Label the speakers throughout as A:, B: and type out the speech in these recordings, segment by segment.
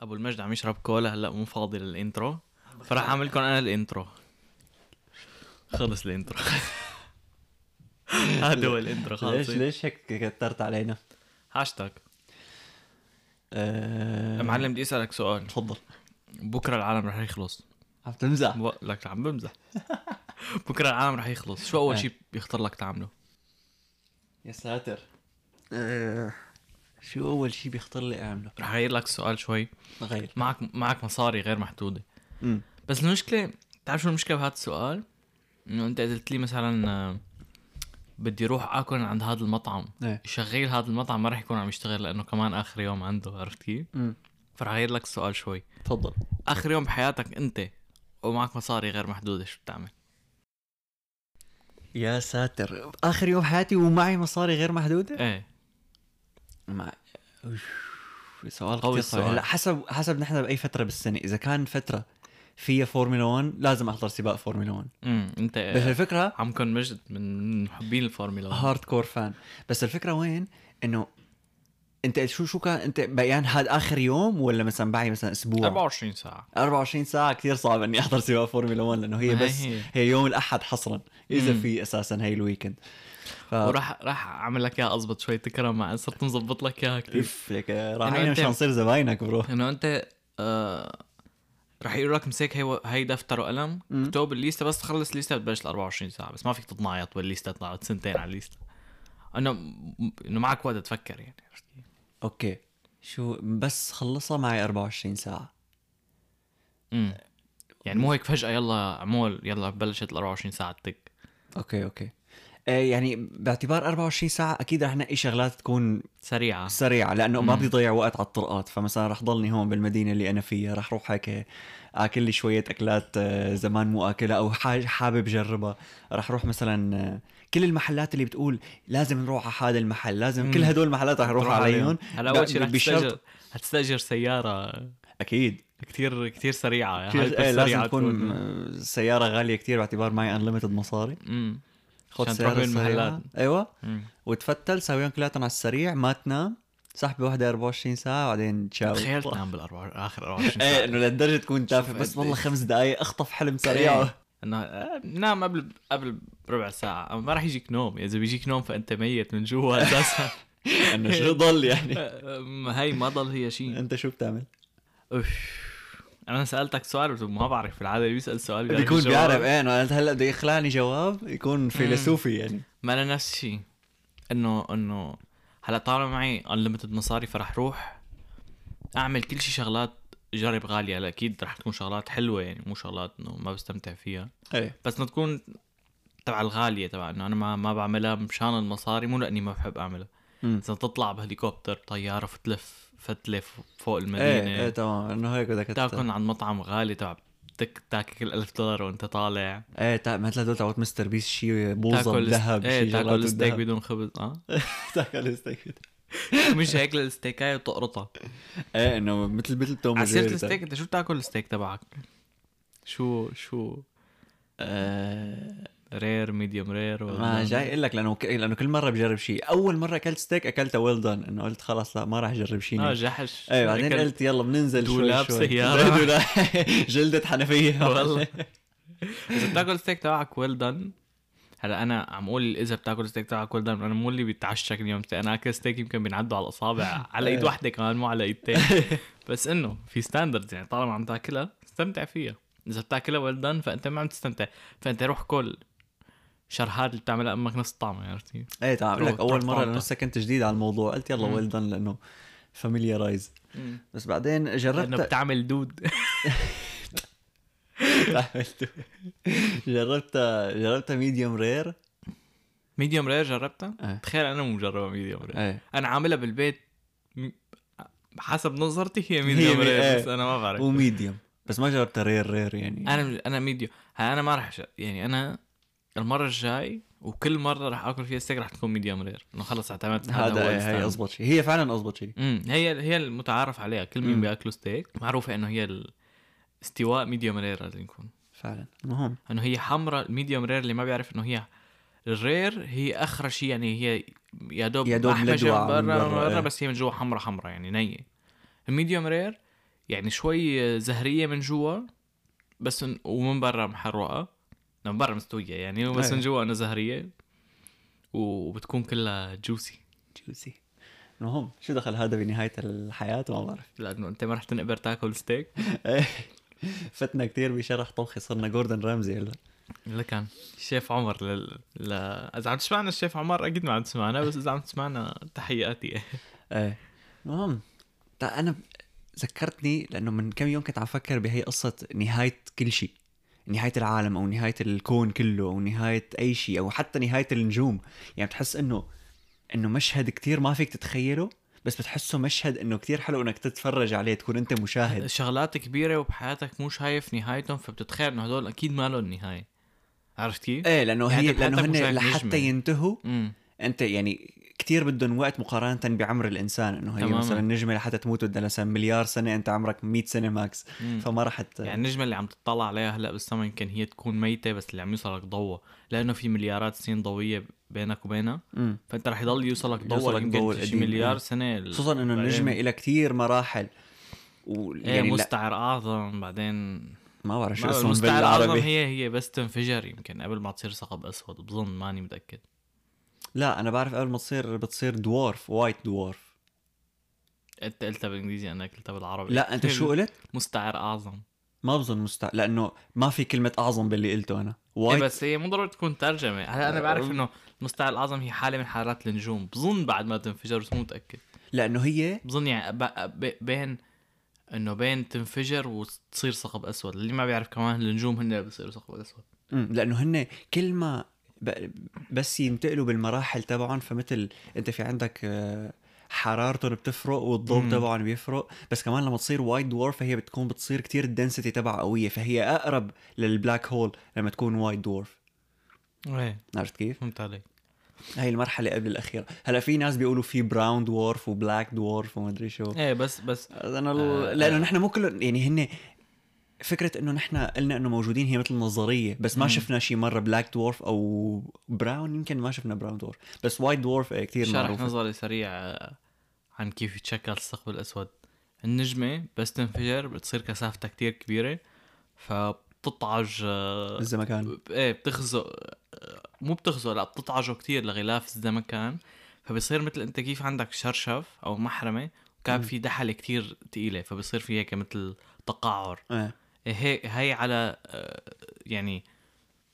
A: ابو المجد عم يشرب كولا هلا مو فاضي للانترو فراح اعمل لكم انا الانترو خلص الانترو هذا هو الانترو
B: ليش
A: خلص
B: ليش هيك كترت علينا؟
A: هاشتاج
B: أه...
A: معلم بدي اسالك سؤال
B: تفضل
A: بكره العالم رح يخلص
B: عم تمزح
A: بق- لك عم بمزح بكره العالم رح يخلص شو اول
B: آه.
A: شيء بيخطر لك تعمله
B: يا ساتر أه... شو اول شيء بيخطر لي اعمله؟
A: رح اغير لك السؤال شوي
B: غير
A: معك معك مصاري غير محدوده بس المشكله بتعرف شو المشكله بهذا السؤال انه انت اذا قلت لي مثلا آه، بدي اروح اكل عند هذا المطعم
B: ايه
A: شغيل هذا المطعم ما رح يكون عم يشتغل لانه كمان اخر يوم عنده عرفت كيف؟ فرح اغير لك السؤال شوي
B: تفضل
A: اخر يوم بحياتك انت ومعك مصاري غير محدوده شو بتعمل؟
B: يا ساتر اخر يوم حياتي ومعي مصاري غير محدوده
A: ايه
B: مع
A: قوي
B: سؤال قوي صعب
A: السؤال.
B: هلا حسب حسب نحن باي فتره بالسنه اذا كان فتره فيها فورمولا 1 لازم احضر سباق فورمولا 1
A: امم انت
B: بس
A: آه،
B: الفكره
A: عم كون مجد من محبين الفورمولا واحد.
B: هارد كور فان بس الفكره وين انه انت شو شو كان انت بيان هذا اخر يوم ولا مثلا بعي مثلا اسبوع
A: 24 ساعه
B: 24 ساعه كثير صعب اني احضر سباق فورمولا 1 لانه هي
A: ما
B: بس
A: هي.
B: هي يوم الاحد حصرا اذا
A: مم.
B: في اساسا هي الويكند ف...
A: وراح راح اعمل لك اياها اضبط شوي تكرم مع صرت مظبط لك اياها كثير
B: اف لك راح
A: إنه
B: علينا
A: أنت-
B: مشان نصير زباينك برو
A: انه انت آه رح يقول لك مسك هي هي دفتر وقلم
B: مم.
A: اكتب الليسته بس تخلص الليسته بتبلش ال 24 ساعه بس ما فيك تتنايط والليسته طلعت سنتين على الليسته انه انه معك وقت تفكر يعني عرفت كيف؟
B: اوكي شو بس خلصها معي 24 ساعه
A: مم. يعني مو هيك فجاه يلا عمول يلا بلشت ال 24 ساعه تك
B: اوكي اوكي آه، يعني باعتبار 24 ساعة أكيد رح نقي شغلات تكون
A: سريعه
B: سريعة لأنه ما
A: مم.
B: بدي أضيع وقت على الطرقات فمثلا رح ضلني هون بالمدينة اللي أنا فيها رح روح هيك آكل لي شوية أكلات آه، زمان مو آكلها أو حاج- حابب جربها رح روح مثلا آه، كل المحلات اللي بتقول لازم نروح على هذا المحل لازم
A: مم.
B: كل هدول المحلات رح نروح عليهم
A: هلا
B: ب-
A: اول شيء رح
B: بشرط-
A: تستاجر هتستاجر سياره
B: أكيد
A: كثير كثير سريعه يعني
B: كتير- إيه، لازم تكون
A: تكون
B: آه، سيارة غالية كتير باعتبار معي أنليمتد مصاري
A: مم.
B: خد
A: عشان
B: سيارة
A: تروح بين
B: سريعة.
A: المحلات.
B: أيوة
A: مم.
B: وتفتل سويهم كلياتهم على السريع ما تنام سحبه واحدة 24 ساعة بعدين تشاو
A: تخيل تنام بال 24 اخر 24
B: ايه
A: ساعه
B: انه للدرجة تكون تافه
A: شوف
B: بس
A: قديش.
B: والله خمس دقايق اخطف حلم
A: إيه.
B: سريع
A: انه آه، نام قبل قبل بربع ساعه أما ما راح يجيك نوم اذا بيجيك نوم فانت ميت من جوا اساسا
B: انه
A: إيه.
B: شو ضل يعني
A: آه، آه، هاي ما ضل هي شيء
B: انت شو بتعمل؟
A: أوف. انا سالتك سؤال بس ما بعرف بالعاده اللي بيسال سؤال يعني
B: بيكون
A: الجواب.
B: بيعرف ايه انه أنت هلا بده يخلعني جواب يكون فيلسوفي يعني
A: ما انا نفس الشيء انه انه هلا طالما معي انليمتد مصاري فرح روح اعمل كل شيء شغلات جرب غاليه هلا اكيد رح تكون شغلات حلوه يعني مو شغلات انه ما بستمتع فيها
B: ايه
A: بس انه تكون تبع الغاليه تبع انه انا ما ما بعملها مشان المصاري مو لاني ما بحب اعملها
B: مم.
A: اذا تطلع بهليكوبتر طياره فتلف فتلف فوق
B: ايه ايه
A: المدينه
B: تمام انه هيك بدك
A: تاكل عند مطعم غالي تبع تك تاكل 1000 دولار وانت طالع
B: ايه تا- مثل هدول تاعت مستر بيس شيء بوظه
A: تاكل
B: ذهب
A: ايه تاكل ستيك بدون خبز اه
B: تاكل ستيك
A: مش هيك الستيكايه وتقرطها
B: ايه انه مثل مثل توم
A: عسيرة
B: وجيري
A: الستيك انت شو بتاكل الستيك تبعك؟ شو شو
B: آه،
A: رير ميديوم رير
B: ما آه، جاي اقول لك لانه ك... لانه كل مره بجرب شيء اول مره اكلت ستيك اكلته ويل دون انه قلت خلاص لا ما راح اجرب شيء
A: اه
B: آه
A: جحش
B: ايه بعدين
A: أكلت
B: قلت يلا بننزل شوي
A: دولاب
B: شوي
A: سيارة.
B: زي دولاب. جلدة حنفية
A: والله اذا بتاكل ستيك تبعك ويل دن هلا انا عم اقول اذا بتاكل ستيك تبعك ويل دن انا مو اللي بيتعشى كل يوم ستيك انا اكل ستيك يمكن بينعدوا على الاصابع على ايد
B: إيه.
A: واحده كمان مو على ايدتين بس انه في ستاندردز يعني طالما عم تاكلها استمتع فيها اذا بتاكلها ويل دن فانت ما عم تستمتع فانت روح كل شرهات اللي بتعملها امك نص طعمه عرفت كيف؟
B: ايه تعال أقول
A: روح،
B: لك
A: روح
B: اول مرة
A: طنطا.
B: لانه لسه كنت جديد على الموضوع قلت يلا
A: مم.
B: ويل دون لانه فاميليارايز بس بعدين
A: لانه
B: جربت
A: بتعمل دود
B: عملته. جربت جربت ميديوم رير
A: ميديوم رير جربتها؟
B: إيه.
A: تخيل انا مو مجربها ميديوم رير
B: ايه
A: انا عاملها بالبيت م- حسب نظرتي هي ميديوم
B: ميديوم
A: رير
B: إيه.
A: بس انا ما بعرف
B: وميديوم بس ما جربت رير رير يعني
A: انا مش- انا ميديوم انا ما رح ش- يعني انا المره الجاي وكل مره رح اكل فيها ستيك رح تكون ميديوم رير انه خلص اعتمدت
B: هذا
A: هو
B: إيه، هي
A: الستاندرد.
B: اضبط شيء هي فعلا اضبط شيء
A: امم هي هي المتعارف عليها كل مين
B: مم.
A: بياكلوا ستيك معروفه انه هي ال- استواء ميديوم رير لازم يكون
B: فعلا المهم
A: انه هي حمراء الميديوم رير اللي ما بيعرف انه هي الرير هي اخر شيء يعني هي يا دوب
B: يا دوب
A: محمجة من
B: ملدوعة من
A: برا
B: برا،
A: من برا
B: إيه.
A: بس هي من جوا حمراء حمراء يعني نية الميديوم رير يعني شوي زهريه من جوا بس إن- ومن برا محروقه لا، من برا مستويه يعني بس
B: إيه.
A: من جوا انها زهريه وبتكون كلها جوسي
B: جوسي المهم شو دخل هذا بنهايه الحياه ما بعرف إيه.
A: لانه انت ما رح تنقبر تاكل ستيك
B: فتنا كثير بشرح طبخي صرنا جوردن رامزي هلا
A: اللي كان الشيف عمر لل... ل... اذا عم تسمعنا الشيف عمر اكيد ما عم تسمعنا بس اذا عم تسمعنا تحياتي
B: ايه
A: إيه.
B: المهم تا انا ب- ذكرتني لانه من كم يوم كنت عم فكر بهي قصه نهايه كل شيء نهايه العالم او نهايه الكون كله او نهايه اي شيء او حتى نهايه النجوم يعني بتحس انه انه مشهد كتير ما فيك تتخيله بس بتحسه مشهد انه كتير حلو انك تتفرج عليه تكون انت مشاهد
A: شغلات كبيره وبحياتك مو شايف نهايتهم فبتتخيل انه هدول اكيد ما لهم نهايه عرفت كيف؟
B: ايه لانه
A: يعني
B: هي
A: أنت بحياتك
B: لانه
A: مشاهد
B: هن
A: نجمة.
B: لحتى ينتهوا
A: امم
B: انت يعني كتير بدهم وقت مقارنه بعمر الانسان انه هي
A: تماماً.
B: مثلا النجمه لحتى تموت بدها مثلا مليار سنه انت عمرك 100 سنه ماكس
A: أمم.
B: فما رح ت...
A: يعني النجمه اللي عم تطلع عليها هلا بالسما يمكن هي تكون ميته بس اللي عم يوصلك ضوء لانه في مليارات سنين ضوئيه بينك وبينها
B: مم.
A: فانت رح يضل يوصلك ضوء
B: يوصلك ضوء
A: يمكن شي
B: القديم،
A: مليار
B: إيه.
A: سنه ال-
B: خصوصا انه النجمه
A: بعدين-
B: لها كتير مراحل و...
A: ايه
B: يعني لا
A: مستعر اعظم بعدين
B: ما بعرف شو
A: ما-
B: اسمهم
A: المستعر الأعظم
B: بالعربي
A: هي هي بس تنفجر يمكن قبل ما تصير ثقب أسود بظن ماني متأكد
B: لا انا بعرف قبل ما تصير بتصير دوارف وايت دوارف
A: أنت قلتها بالإنجليزي أنا قلتها بالعربي
B: لا انت شو قلت؟
A: مستعر أعظم
B: ما بظن مستع لانه ما في كلمه اعظم باللي قلته انا
A: إيه
B: وايت
A: بس هي مو ضروري تكون ترجمة هلا أنا بعرف إنه المستعر الأعظم هي حالة من حالات النجوم بظن بعد ما تنفجر بس مو متأكد
B: لانه هي
A: بظن يعني ب- ب- بين انه بين تنفجر وتصير ثقب اسود اللي ما بيعرف كمان النجوم هن اللي بيصيروا ثقب اسود
B: مم، لانه هن كل ما ب... بس ينتقلوا بالمراحل تبعهم فمثل انت في عندك آه، حرارتهم بتفرق والضوء
A: مم.
B: تبعهم بيفرق بس كمان لما تصير وايت دورف فهي بتكون بتصير كتير الدنسيتي تبعها قويه فهي اقرب للبلاك هول لما تكون وايت دورف
A: ايه
B: عرفت كيف؟
A: فهمت عليك
B: هاي المرحلة قبل الأخيرة هلا في ناس بيقولوا في براون دورف وبلاك دورف وما أدري شو
A: ايه بس بس
B: أنا
A: آه،
B: ال- لأنه نحن مو كله يعني هن فكرة إنه نحن قلنا إنه موجودين هي مثل نظرية بس ما
A: مم.
B: شفنا شي مرة بلاك دورف أو براون يمكن ما شفنا براون دورف بس وايت دورف إيه، كتير
A: شرح
B: معروف
A: نظري سريع آه، عن كيف يتشكل الثقب الأسود النجمة بس تنفجر بتصير كثافتها كتير كبيرة فبتطعج آه،
B: الزمكان
A: ايه بتخزق آه، مو بتخزق لا بتطعجه كتير لغلاف الزمكان فبصير مثل انت كيف عندك شرشف او محرمة وكان
B: مم.
A: في دحلة كتير تقيلة فبصير في هيك مثل تقعر
B: إيه.
A: إيه هي هي على آه، يعني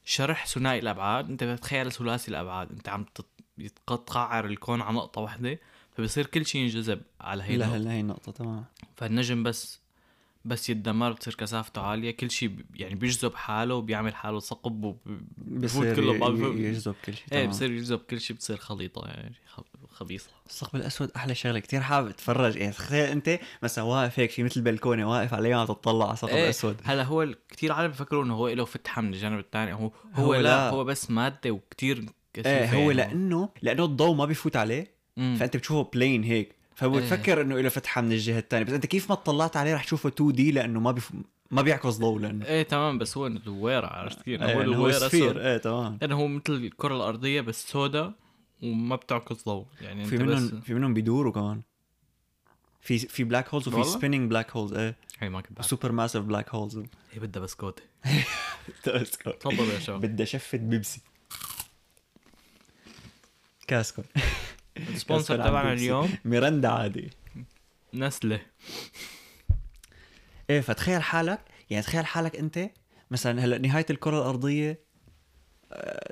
A: شرح ثنائي الابعاد انت بتتخيل ثلاثي الابعاد انت عم تت- يتقطعر الكون على نقطه واحده فبصير كل شيء ينجذب على هي
B: لا
A: النقطه
B: هلا هي النقطة تمام
A: فالنجم بس بس يتدمر بتصير كثافته عاليه كل شيء بي- يعني بيجذب حاله وبيعمل حاله ثقب وب-
B: بصير
A: كله بقى-
B: ي- يجذب كل شيء
A: ايه
B: تمام.
A: بصير يجذب كل شيء بتصير خليطه يعني خ- خبيصه
B: الثقب الاسود احلى شغله كتير حابب اتفرج يعني تخيل انت مثلا واقف هيك في مثل بلكونه واقف عليها عم تطلع على الثقب
A: إيه،
B: الاسود
A: هلا هو ال- كتير عالم بفكروا انه هو له فتحه من الجانب الثاني هو, هو
B: هو
A: هو لا,
B: لا.
A: هو بس ماده وكتير كثيفه
B: ايه هو
A: يعني.
B: لانه لانه الضوء ما بيفوت عليه
A: مم. إيه.
B: فانت بتشوفه بلين هيك فبتفكر انه له فتحه من الجهه الثانيه بس انت كيف ما اطلعت عليه رح تشوفه 2 دي لانه ما بيف... ما بيعكس ضوء لانه
A: ايه تمام بس هو دويرة عرفت كيف؟
B: إيه،
A: هو
B: لأنه هو
A: دويرة
B: سفير
A: سوداء
B: ايه تمام
A: لانه هو مثل الكرة الأرضية بس سوداء وما بتعكس ضوء يعني
B: في
A: انت
B: منهم
A: بس
B: في منهم بيدوروا كمان في في بلاك هولز وفي
A: والله؟
B: سبيننج بلاك هولز ايه
A: هي ما كنت بعرف
B: سوبر ماسيف بلاك هولز
A: هي بدها بسكوت تفضل يا شباب
B: بدها شفه بيبسي كاسكون
A: السبونسر
B: كاسكون عن
A: تبعنا
B: بيبسي.
A: اليوم
B: ميرندا عادي
A: نسلة
B: ايه فتخيل حالك يعني تخيل حالك انت مثلا هلا نهايه الكره الارضيه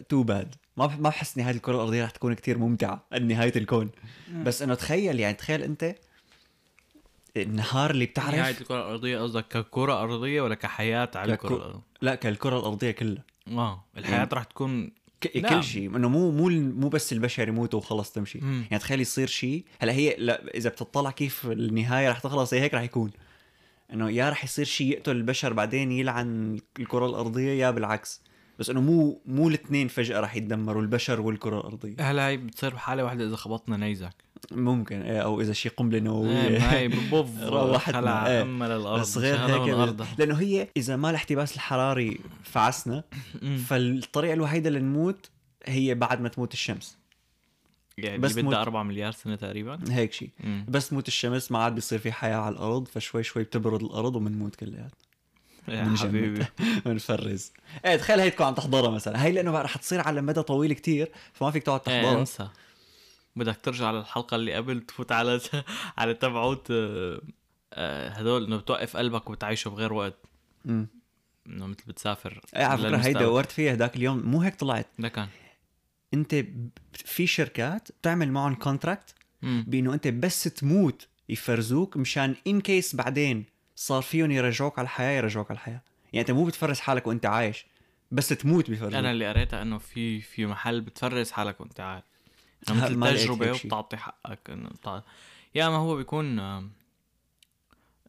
B: تو باد آه، ما بح- ما بحس نهايه الكره الارضيه رح تكون كتير ممتعه نهايه الكون بس انه تخيل يعني تخيل انت النهار اللي
A: نهاية
B: بتعرف
A: الكرة الأرضية قصدك ككرة أرضية ولا كحياة على
B: ككو- إيه.
A: الكرة الأرضية؟
B: لا كالكره الارضيه كلها
A: اه الحياة رح تكون
B: ك...
A: نعم.
B: كل شيء انه مو مو مو بس البشر يموتوا وخلص تمشي
A: مم.
B: يعني تخيل يصير شيء هلا هي لا اذا بتطلع كيف النهايه رح تخلص هي هيك رح يكون انه يا رح يصير شيء يقتل البشر بعدين يلعن الكره الارضيه يا بالعكس بس انه مو مو الاثنين فجاه رح يتدمروا البشر والكره الارضيه
A: هلا هي بتصير بحالة واحدة إذا خبطنا نيزك
B: ممكن إيه، او اذا شيء قنبله
A: ايه ما
B: نوويه
A: هي بوف
B: روحتنا،
A: خلع
B: إيه.
A: أما للأرض
B: بس غير
A: شالها من
B: هيك
A: أرضها.
B: لانه هي اذا ما الاحتباس الحراري فعسنا
A: مم.
B: فالطريقه الوحيده لنموت هي بعد ما تموت الشمس
A: يعني
B: بس موت.
A: بدها 4 مليار سنه تقريبا
B: هيك شيء
A: مم.
B: بس تموت الشمس ما عاد بيصير في حياه على الارض فشوي شوي بتبرد الارض وبنموت كلياتنا
A: يا
B: من
A: حبيبي
B: بنفرز ايه تخيل هي تكون عم تحضرها مثلا هي لانه بقى رح تصير على مدى طويل كتير فما فيك تقعد
A: ايه
B: تحضرها
A: انسى بدك ترجع للحلقه اللي قبل تفوت على على تبعوت آه، آه، هدول انه بتوقف قلبك وبتعيشه بغير وقت
B: مم.
A: انه مثل بتسافر
B: ايه على فكره هي
A: للمستقبل.
B: دورت فيها هداك اليوم مو هيك طلعت
A: ده كان
B: انت ب- في شركات بتعمل معهم كونتراكت
A: مم.
B: بانه انت بس تموت يفرزوك مشان ان كيس بعدين صار فيهم يرجعوك على الحياه يرجعوك على الحياه يعني انت مو بتفرز حالك وانت عايش بس تموت بيفرزوك
A: انا اللي قريتها انه في في محل بتفرز حالك وانت قاعد
B: ها،
A: مثل
B: ما لقيت
A: تجربه
B: هيك شي.
A: وبتعطي حقك انه بتع... يا ما هو بيكون آم،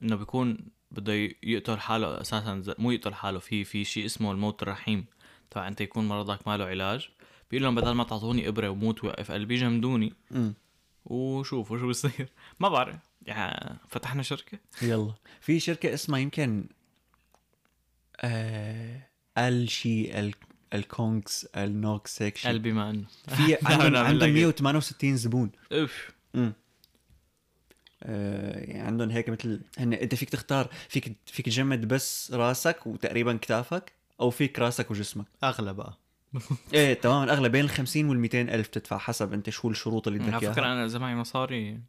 A: انه بيكون بده ي- يقتل حاله اساسا ز- مو يقتل حاله في في شيء اسمه الموت الرحيم تبع انت يكون مرضك ما له علاج بيقول لهم بدل ما تعطوني ابره وموت وقف قلبي جمدوني
B: مم.
A: وشوفوا شو بصير ما بعرف يعني فتحنا شركه
B: يلا في شركه اسمها يمكن آه... ال شي ال... الكونكس النوكس هيك شي
A: قلبي ما انه
B: في
A: نعم،
B: عندهم
A: نعم،
B: عندهم
A: نلاقي.
B: 168 زبون
A: اوف
B: آه، يعني عندهم هيك مثل هن انت فيك تختار فيك فيك تجمد بس راسك وتقريبا كتافك او فيك راسك وجسمك
A: اغلى بقى
B: ايه تماما اغلى بين ال 50 وال 200 الف تدفع حسب انت شو الشروط اللي
A: على
B: بدك
A: فكره
B: اياها
A: انا اذا معي مصاري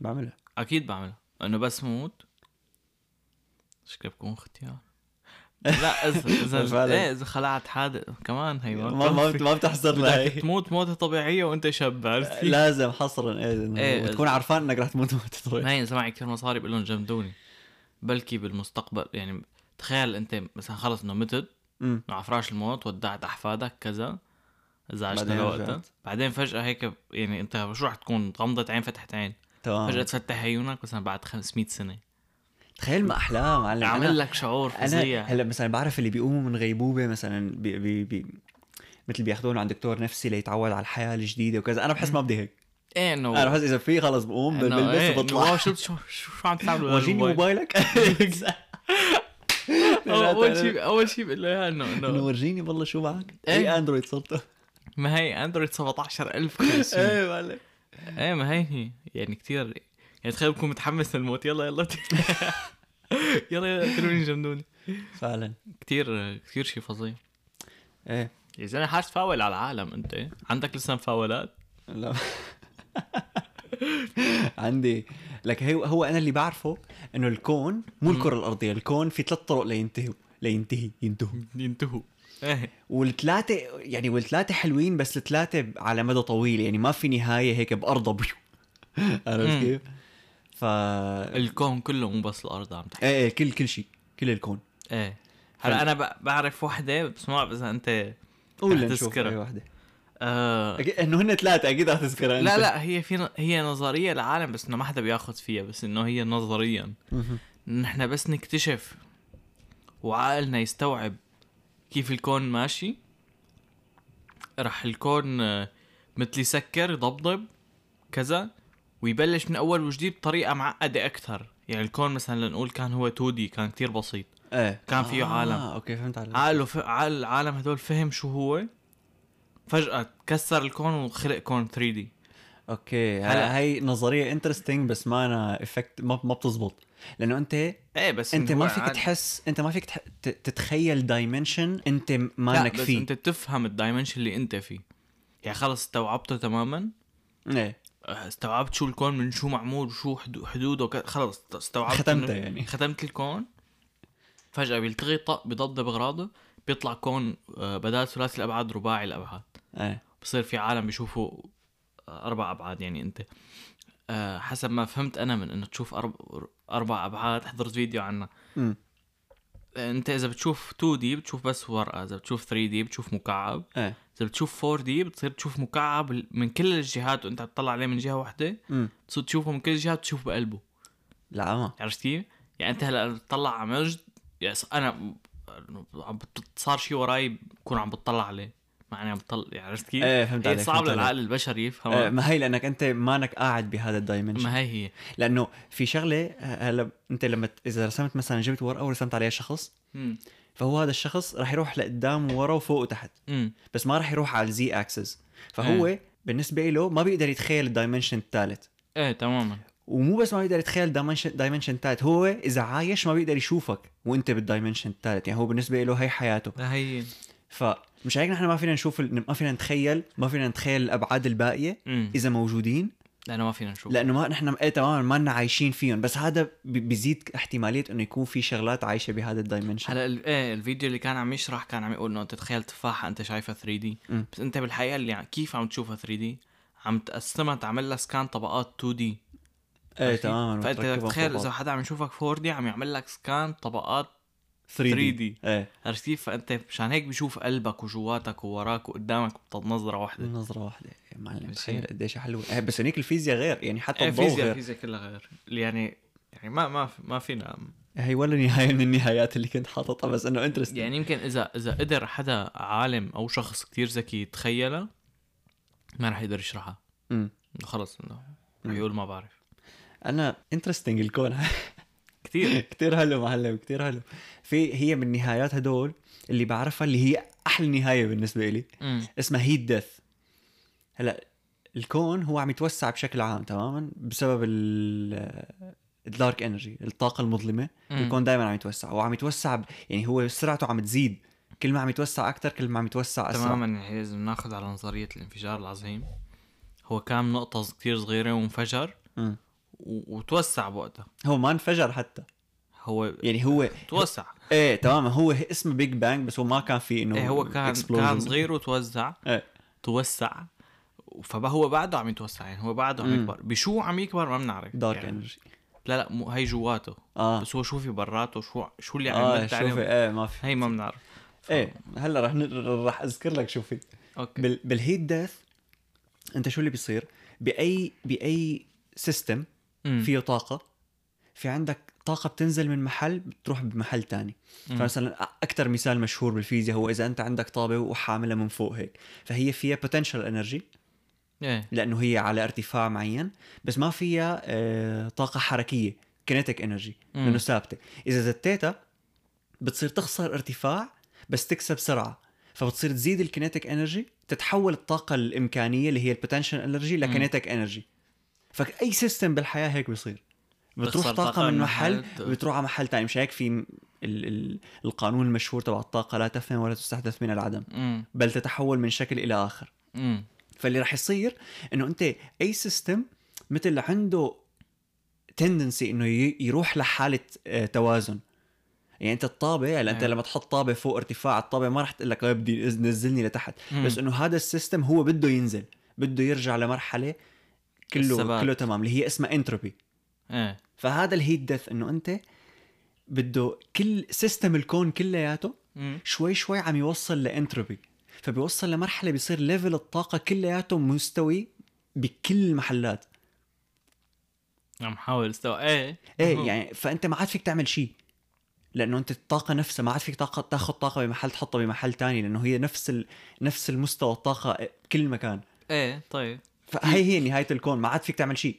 B: بعملها
A: اكيد بعملها انه بس موت شكلي بكون اختيار لا اذا اذا
B: فعلاً.
A: ايه اذا خلعت حادق كمان هي
B: ما ما بت- ما بتحصر
A: بدك
B: لهي
A: تموت موته طبيعيه وانت شاب عرفت
B: لازم حصرا ايه,
A: إيه،
B: إيه تكون عرفان انك رح تموت وانت صغير.
A: هي اذا معي كثير مصاري بقول لهم جمدوني بلكي بالمستقبل يعني تخيل انت مثلا خلص انه متت
B: أمم.
A: انه على فراش الموت ودعت احفادك كذا اذا عشنا
B: بعدين
A: لوقتها
B: رجعت.
A: بعدين فجاه هيك يعني انت شو رح تكون غمضت عين فتحت عين فجاه
B: تمام
A: تفتح عيونك مثلا بعد 500 سنه
B: تخيل ما احلام معلم
A: عامل
B: أنا-
A: لك شعور فظيع
B: انا هلا مثلا بعرف اللي بيقوموا من غيبوبه مثلا بي بي بي مثل بياخذون عند دكتور نفسي ليتعود على الحياه الجديده وكذا انا بحس ما بدي هيك
A: ايه انه
B: انا بحس اذا في خلص بقوم بل-
A: إنه
B: بلبس
A: إيه، إنه
B: وبطلع
A: واو، شو شو شو عم تعملوا
B: ورجيني
A: بالموبايل؟
B: موبايلك
A: اول شيء اول شيء بقول له إياها انه
B: انه
A: انه
B: ورجيني والله شو معك
A: إيه.
B: اي اندرويد صرت
A: ما هي اندرويد 17000 خمسين.
B: ايه معلم
A: ايه ما هي هي يعني كثير يعني تخيل بكون متحمس للموت يلا يلا يلا يلا اقتلوني جمدوني
B: فعلا
A: كثير كثير شيء فظيع
B: ايه
A: يا زلمه حاس فاول على العالم انت عندك لسه مفاولات
B: لا عندي لك هي هو انا اللي بعرفه انه الكون مو الكره الارضيه الكون في ثلاث طرق لينتهوا لينتهي ينتهوا
A: ينتهوا ايه
B: والثلاثه يعني والثلاثه حلوين بس الثلاثه على مدى طويل يعني ما في نهايه هيك بارضى بيو عرفت
A: مم.
B: كيف؟ ف
A: الكون كله مو بس الارض عم تحكي
B: ايه ايه كل كل شيء كل الكون
A: ايه هلا انا ب- بعرف وحده بس ما بعرف اذا انت
B: قول
A: رح
B: لنشوف أيوة.
A: تذكرها.
B: اي وحده
A: آه،
B: أكيد- انه هن ثلاثه اكيد رح تذكرها
A: لا لا هي في هي نظريه العالم بس انه ما حدا بياخذ فيها بس انه هي نظريا
B: مهم.
A: نحن بس نكتشف وعقلنا يستوعب كيف الكون ماشي رح الكون آه، مثل يسكر يضبضب كذا ويبلش من اول وجديد بطريقه معقده اكثر يعني الكون مثلا لنقول كان هو 2 دي كان كتير بسيط
B: ايه
A: كان فيه عالم.
B: اه اوكي فهمت عليك
A: عقله ف... عقل العالم هدول فهم شو هو فجاه كسر الكون وخلق كون 3 دي
B: اوكي
A: هلا.
B: هلا هي نظريه انترستينج بس ما انا افكت ما ما بتزبط لانه انت
A: ايه بس
B: انت
A: هو
B: ما فيك
A: عقل-
B: تحس انت ما فيك تح... ت- تتخيل دايمنشن انت م- ما
A: لا
B: انك
A: بس
B: فيه
A: انت تفهم الدايمنشن اللي انت فيه يعني خلص استوعبته تماما
B: ايه
A: اه، استوعبت شو الكون من شو معمول وشو حدو- حدوده وك- خلص استوعبت
B: ختمته
A: انه-
B: يعني.
A: ختمت الكون فجأة بيلتغي طق بضبضب اغراضه بيطلع كون اه، بدل ثلاثي الابعاد رباعي الابعاد
B: ايه
A: بصير في عالم بيشوفوا اربع ابعاد يعني انت اه، حسب ما فهمت انا من انه تشوف أرب... اربع ابعاد حضرت فيديو عنها
B: أمم.
A: انت اذا بتشوف 2 دي بتشوف بس ورقه اذا بتشوف 3 دي بتشوف مكعب
B: ايه
A: اذا بتشوف 4 دي بتصير تشوف مكعب من كل الجهات وانت عم تطلع عليه من جهه واحده
B: امم
A: بتصير تشوفه من كل الجهات بتشوف بقلبه
B: لا ما
A: عرفت كيف؟ يعني انت هلا بتطلع على مجد يعني ص- انا م- عم بت- صار شيء وراي بكون عم بتطلع عليه معني عم بطلع يعني عرفت كيف؟
B: ايه فهمت
A: هي
B: عليك
A: صعب
B: فهمت عليك.
A: للعقل البشري
B: آه،
A: يفهمها
B: ما هي لانك انت ما انك قاعد بهذا الدايمنشن
A: ما هي هي
B: لانه في شغله هلا انت لما ت- اذا رسمت مثلا جبت ورقه ورسمت عليها شخص
A: مم.
B: فهو هذا الشخص راح يروح لقدام وورا وفوق وتحت
A: مم. إيه.
B: بس ما راح يروح على الزي اكسس فهو بالنسبه له ما بيقدر يتخيل الدايمنشن الثالث
A: ايه تماما
B: ومو بس ما بيقدر يتخيل دايمنشن دايمنشن ثالث هو اذا عايش ما بيقدر يشوفك وانت بالدايمنشن الثالث يعني هو بالنسبه له هي حياته
A: هي
B: فمش هيك نحن ما فينا نشوف ال- ما فينا نتخيل ما فينا نتخيل الابعاد الباقيه
A: امم
B: اذا موجودين
A: لانه ما فينا نشوف
B: لانه ما نحن ايه تماما ما لنا عايشين فيهم بس هذا بي- بيزيد احتماليه انه يكون في شغلات عايشه بهذا الدايمنشن
A: هلا ال- ايه الفيديو اللي كان عم يشرح كان عم يقول انه انت تخيل تفاحه انت شايفها 3 دي
B: مم.
A: بس انت بالحقيقه اللي عم- كيف عم تشوفها 3 دي عم تقسمها تعمل لها سكان طبقات 2 دي
B: ايه تماما
A: فانت بدك
B: بتركبهم
A: طيب، تخيل
B: فوق
A: اذا
B: بعض.
A: حدا عم يشوفك 4 دي عم يعمل لك سكان طبقات
B: 3D.
A: 3 دي
B: ايه
A: عرفت كيف فانت مشان هيك بشوف قلبك وجواتك ووراك وقدامك بنظره واحده
B: نظرة واحدة يا معلم
A: ماشي.
B: تخيل قديش حلوة إيه، بس هنيك الفيزياء غير يعني حتى
A: ايه
B: الضوء
A: فيزياء
B: غير
A: فيزياء كلها غير يعني يعني ما ما في- ما فينا
B: هي ولا نهاية من النهايات اللي كنت حاططها بس انه انترستنج
A: يعني يمكن اذا اذا قدر حدا عالم او شخص كتير ذكي يتخيلها ما راح يقدر يشرحها
B: مم.
A: خلص انه
B: مم.
A: رح يقول ما بعرف
B: انا انترستنج الكون
A: كثير
B: كتير حلو معلم كتير حلو في هي من النهايات هدول اللي بعرفها اللي هي احلى نهاية بالنسبة لي اسمها هيت ديث هلا الكون هو عم يتوسع بشكل عام تماما بسبب ال الدارك انرجي الطاقة المظلمة الكون دائما عم يتوسع وعم يتوسع ب... يعني هو سرعته عم تزيد كل ما عم يتوسع اكثر كل ما عم يتوسع اسرع
A: تماما يعني لازم ناخذ على نظريه الانفجار العظيم هو كان نقطه كتير صغيره وانفجر
B: مم.
A: و- وتوسع بوقتها
B: هو ما انفجر حتى
A: هو
B: يعني هو
A: توسع
B: ايه تمام هو اسمه بيج بانج بس هو ما كان في انه
A: ايه هو كان
B: explosion.
A: كان صغير وتوزع
B: إيه.
A: توسع فهو بعده عم يتوسع يعني هو بعده عم
B: مم.
A: يكبر بشو عم يكبر ما بنعرف
B: دارك
A: يعني
B: انرجي
A: لا لا مو هي جواته
B: اه
A: بس هو شو في براته شو شو اللي عم
B: اه
A: يمد عليهم
B: شوفي ايه ما في
A: هي ما بنعرف ف-
B: ايه هلا رح ن- رح اذكر لك شوفي
A: اوكي
B: بال... بالهيت ديث انت شو اللي بيصير باي باي سيستم
A: مم.
B: فيه طاقه في عندك طاقه بتنزل من محل بتروح بمحل تاني
A: مم.
B: فمثلا اكثر مثال مشهور بالفيزياء هو اذا انت عندك طابه وحاملها من فوق هيك فهي فيها بوتنشال انرجي
A: ايه
B: لانه هي على ارتفاع معين بس ما فيها آه، طاقه حركيه كينيتيك انرجي
A: مم.
B: لانه ثابته اذا زتيتها بتصير تخسر ارتفاع بس تكسب سرعه فبتصير تزيد الكينيتيك انرجي تتحول الطاقه الامكانيه اللي هي البوتنشال انرجي
A: مم.
B: لكينيتيك انرجي فاي سيستم بالحياه هيك بيصير بتروح
A: بتخسر
B: طاقة,
A: طاقة
B: من
A: من
B: محل
A: محل ت-
B: بتروح على محل تاني مش هيك في ال- ال- القانون المشهور تبع الطاقة لا تفنى ولا تستحدث من العدم
A: امم
B: بل تتحول من شكل إلى آخر
A: امم
B: فاللي راح يصير انه انت اي سيستم مثل عنده تندنسي انه ي- يروح لحاله آه، توازن يعني انت الطابه هلا انت
A: أيوة.
B: لما تحط طابه فوق ارتفاع الطابه ما راح تقول لك "أي بدي إز- نزلني لتحت
A: مم.
B: بس انه هذا السيستم هو بده ينزل بده يرجع لمرحله كله
A: الثبات.
B: كله تمام اللي هي اسمها انتروبي
A: ايه
B: فهذا الهيت ديث انه انت بده كل سيستم الكون كلياته
A: مم.
B: شوي شوي عم يوصل لانتروبي فبيوصل لمرحله بيصير ليفل الطاقه كلياته مستوي بكل المحلات
A: عم حاول استوى ايه
B: ايه يعني فانت ما عاد فيك تعمل شيء لانه انت الطاقه نفسها ما عاد فيك طاقه تاخذ طاقه بمحل تحطها بمحل تاني لانه هي نفس ال... نفس المستوى الطاقه بكل مكان
A: ايه طيب
B: فهي هي نهايه الكون ما عاد فيك تعمل شيء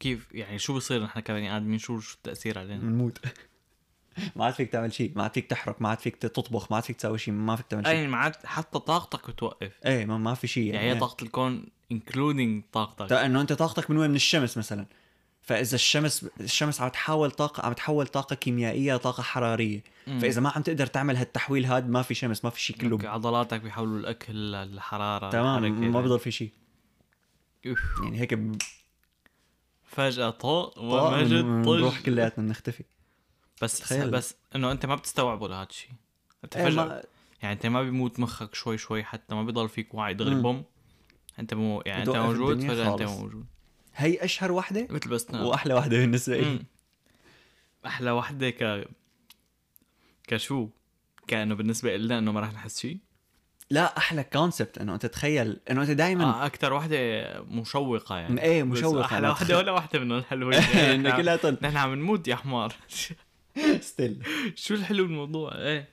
A: كيف يعني شو بصير نحن كبني ادمين شو شو التاثير علينا
B: بنموت ما عاد فيك تعمل شيء ما عاد فيك تحرك ما عاد فيك تطبخ ما عاد فيك تسوي شيء ما فيك تعمل
A: اي
B: شيء
A: يعني ما عاد حتى طاقتك بتوقف
B: ايه ما, ما في شيء
A: يعني هي
B: إيه.
A: طاقه الكون انكلودينج طاقتك
B: طيب انه انت طاقتك من وين من الشمس مثلا فاذا الشمس الشمس عم تحول طاقه عم تحول طاقه كيميائيه طاقه حراريه
A: مم.
B: فاذا ما عم تقدر تعمل هالتحويل هاد ما في شمس ما في شيء
A: أوكي،
B: كله
A: عضلاتك بيحولوا الاكل الحراره
B: تمام
A: الحركة.
B: ما بضل في شيء
A: أوف.
B: يعني هيك ب-
A: فجاه طاق
B: طاقة من-
A: ومجد
B: بنروح
A: طج
B: كلياتنا بنختفي
A: بس
B: تخيل.
A: بس انه انت ما بتستوعبه لهذا الشيء انت
B: إيه،
A: فجاه
B: ما-
A: يعني انت ما بيموت مخك شوي شوي حتى ما بيضل فيك وعي دغري
B: مم.
A: بوم انت مو يعني انت
B: بتوقف
A: موجود
B: الدنيا
A: فجاه انت
B: خالص.
A: موجود
B: هي اشهر وحده
A: مثل بس نام.
B: واحلى وحده بالنسبه لي
A: نعم. مم. احلى وحده ك كشو كانه بالنسبه لنا انه ما راح نحس شيء
B: إيه، لا احلى كونسبت انه انت تخيل انه انت دائما
A: آه اكثر وحده مشوقه يعني
B: ايه
A: بس
B: مشوقه
A: احلى وحده ولا وحده منهم الحلوين يعني
B: انه
A: نحن-
B: كلياتهم
A: نحن عم نموت يا حمار
B: ستيل
A: شو الحلو بالموضوع ايه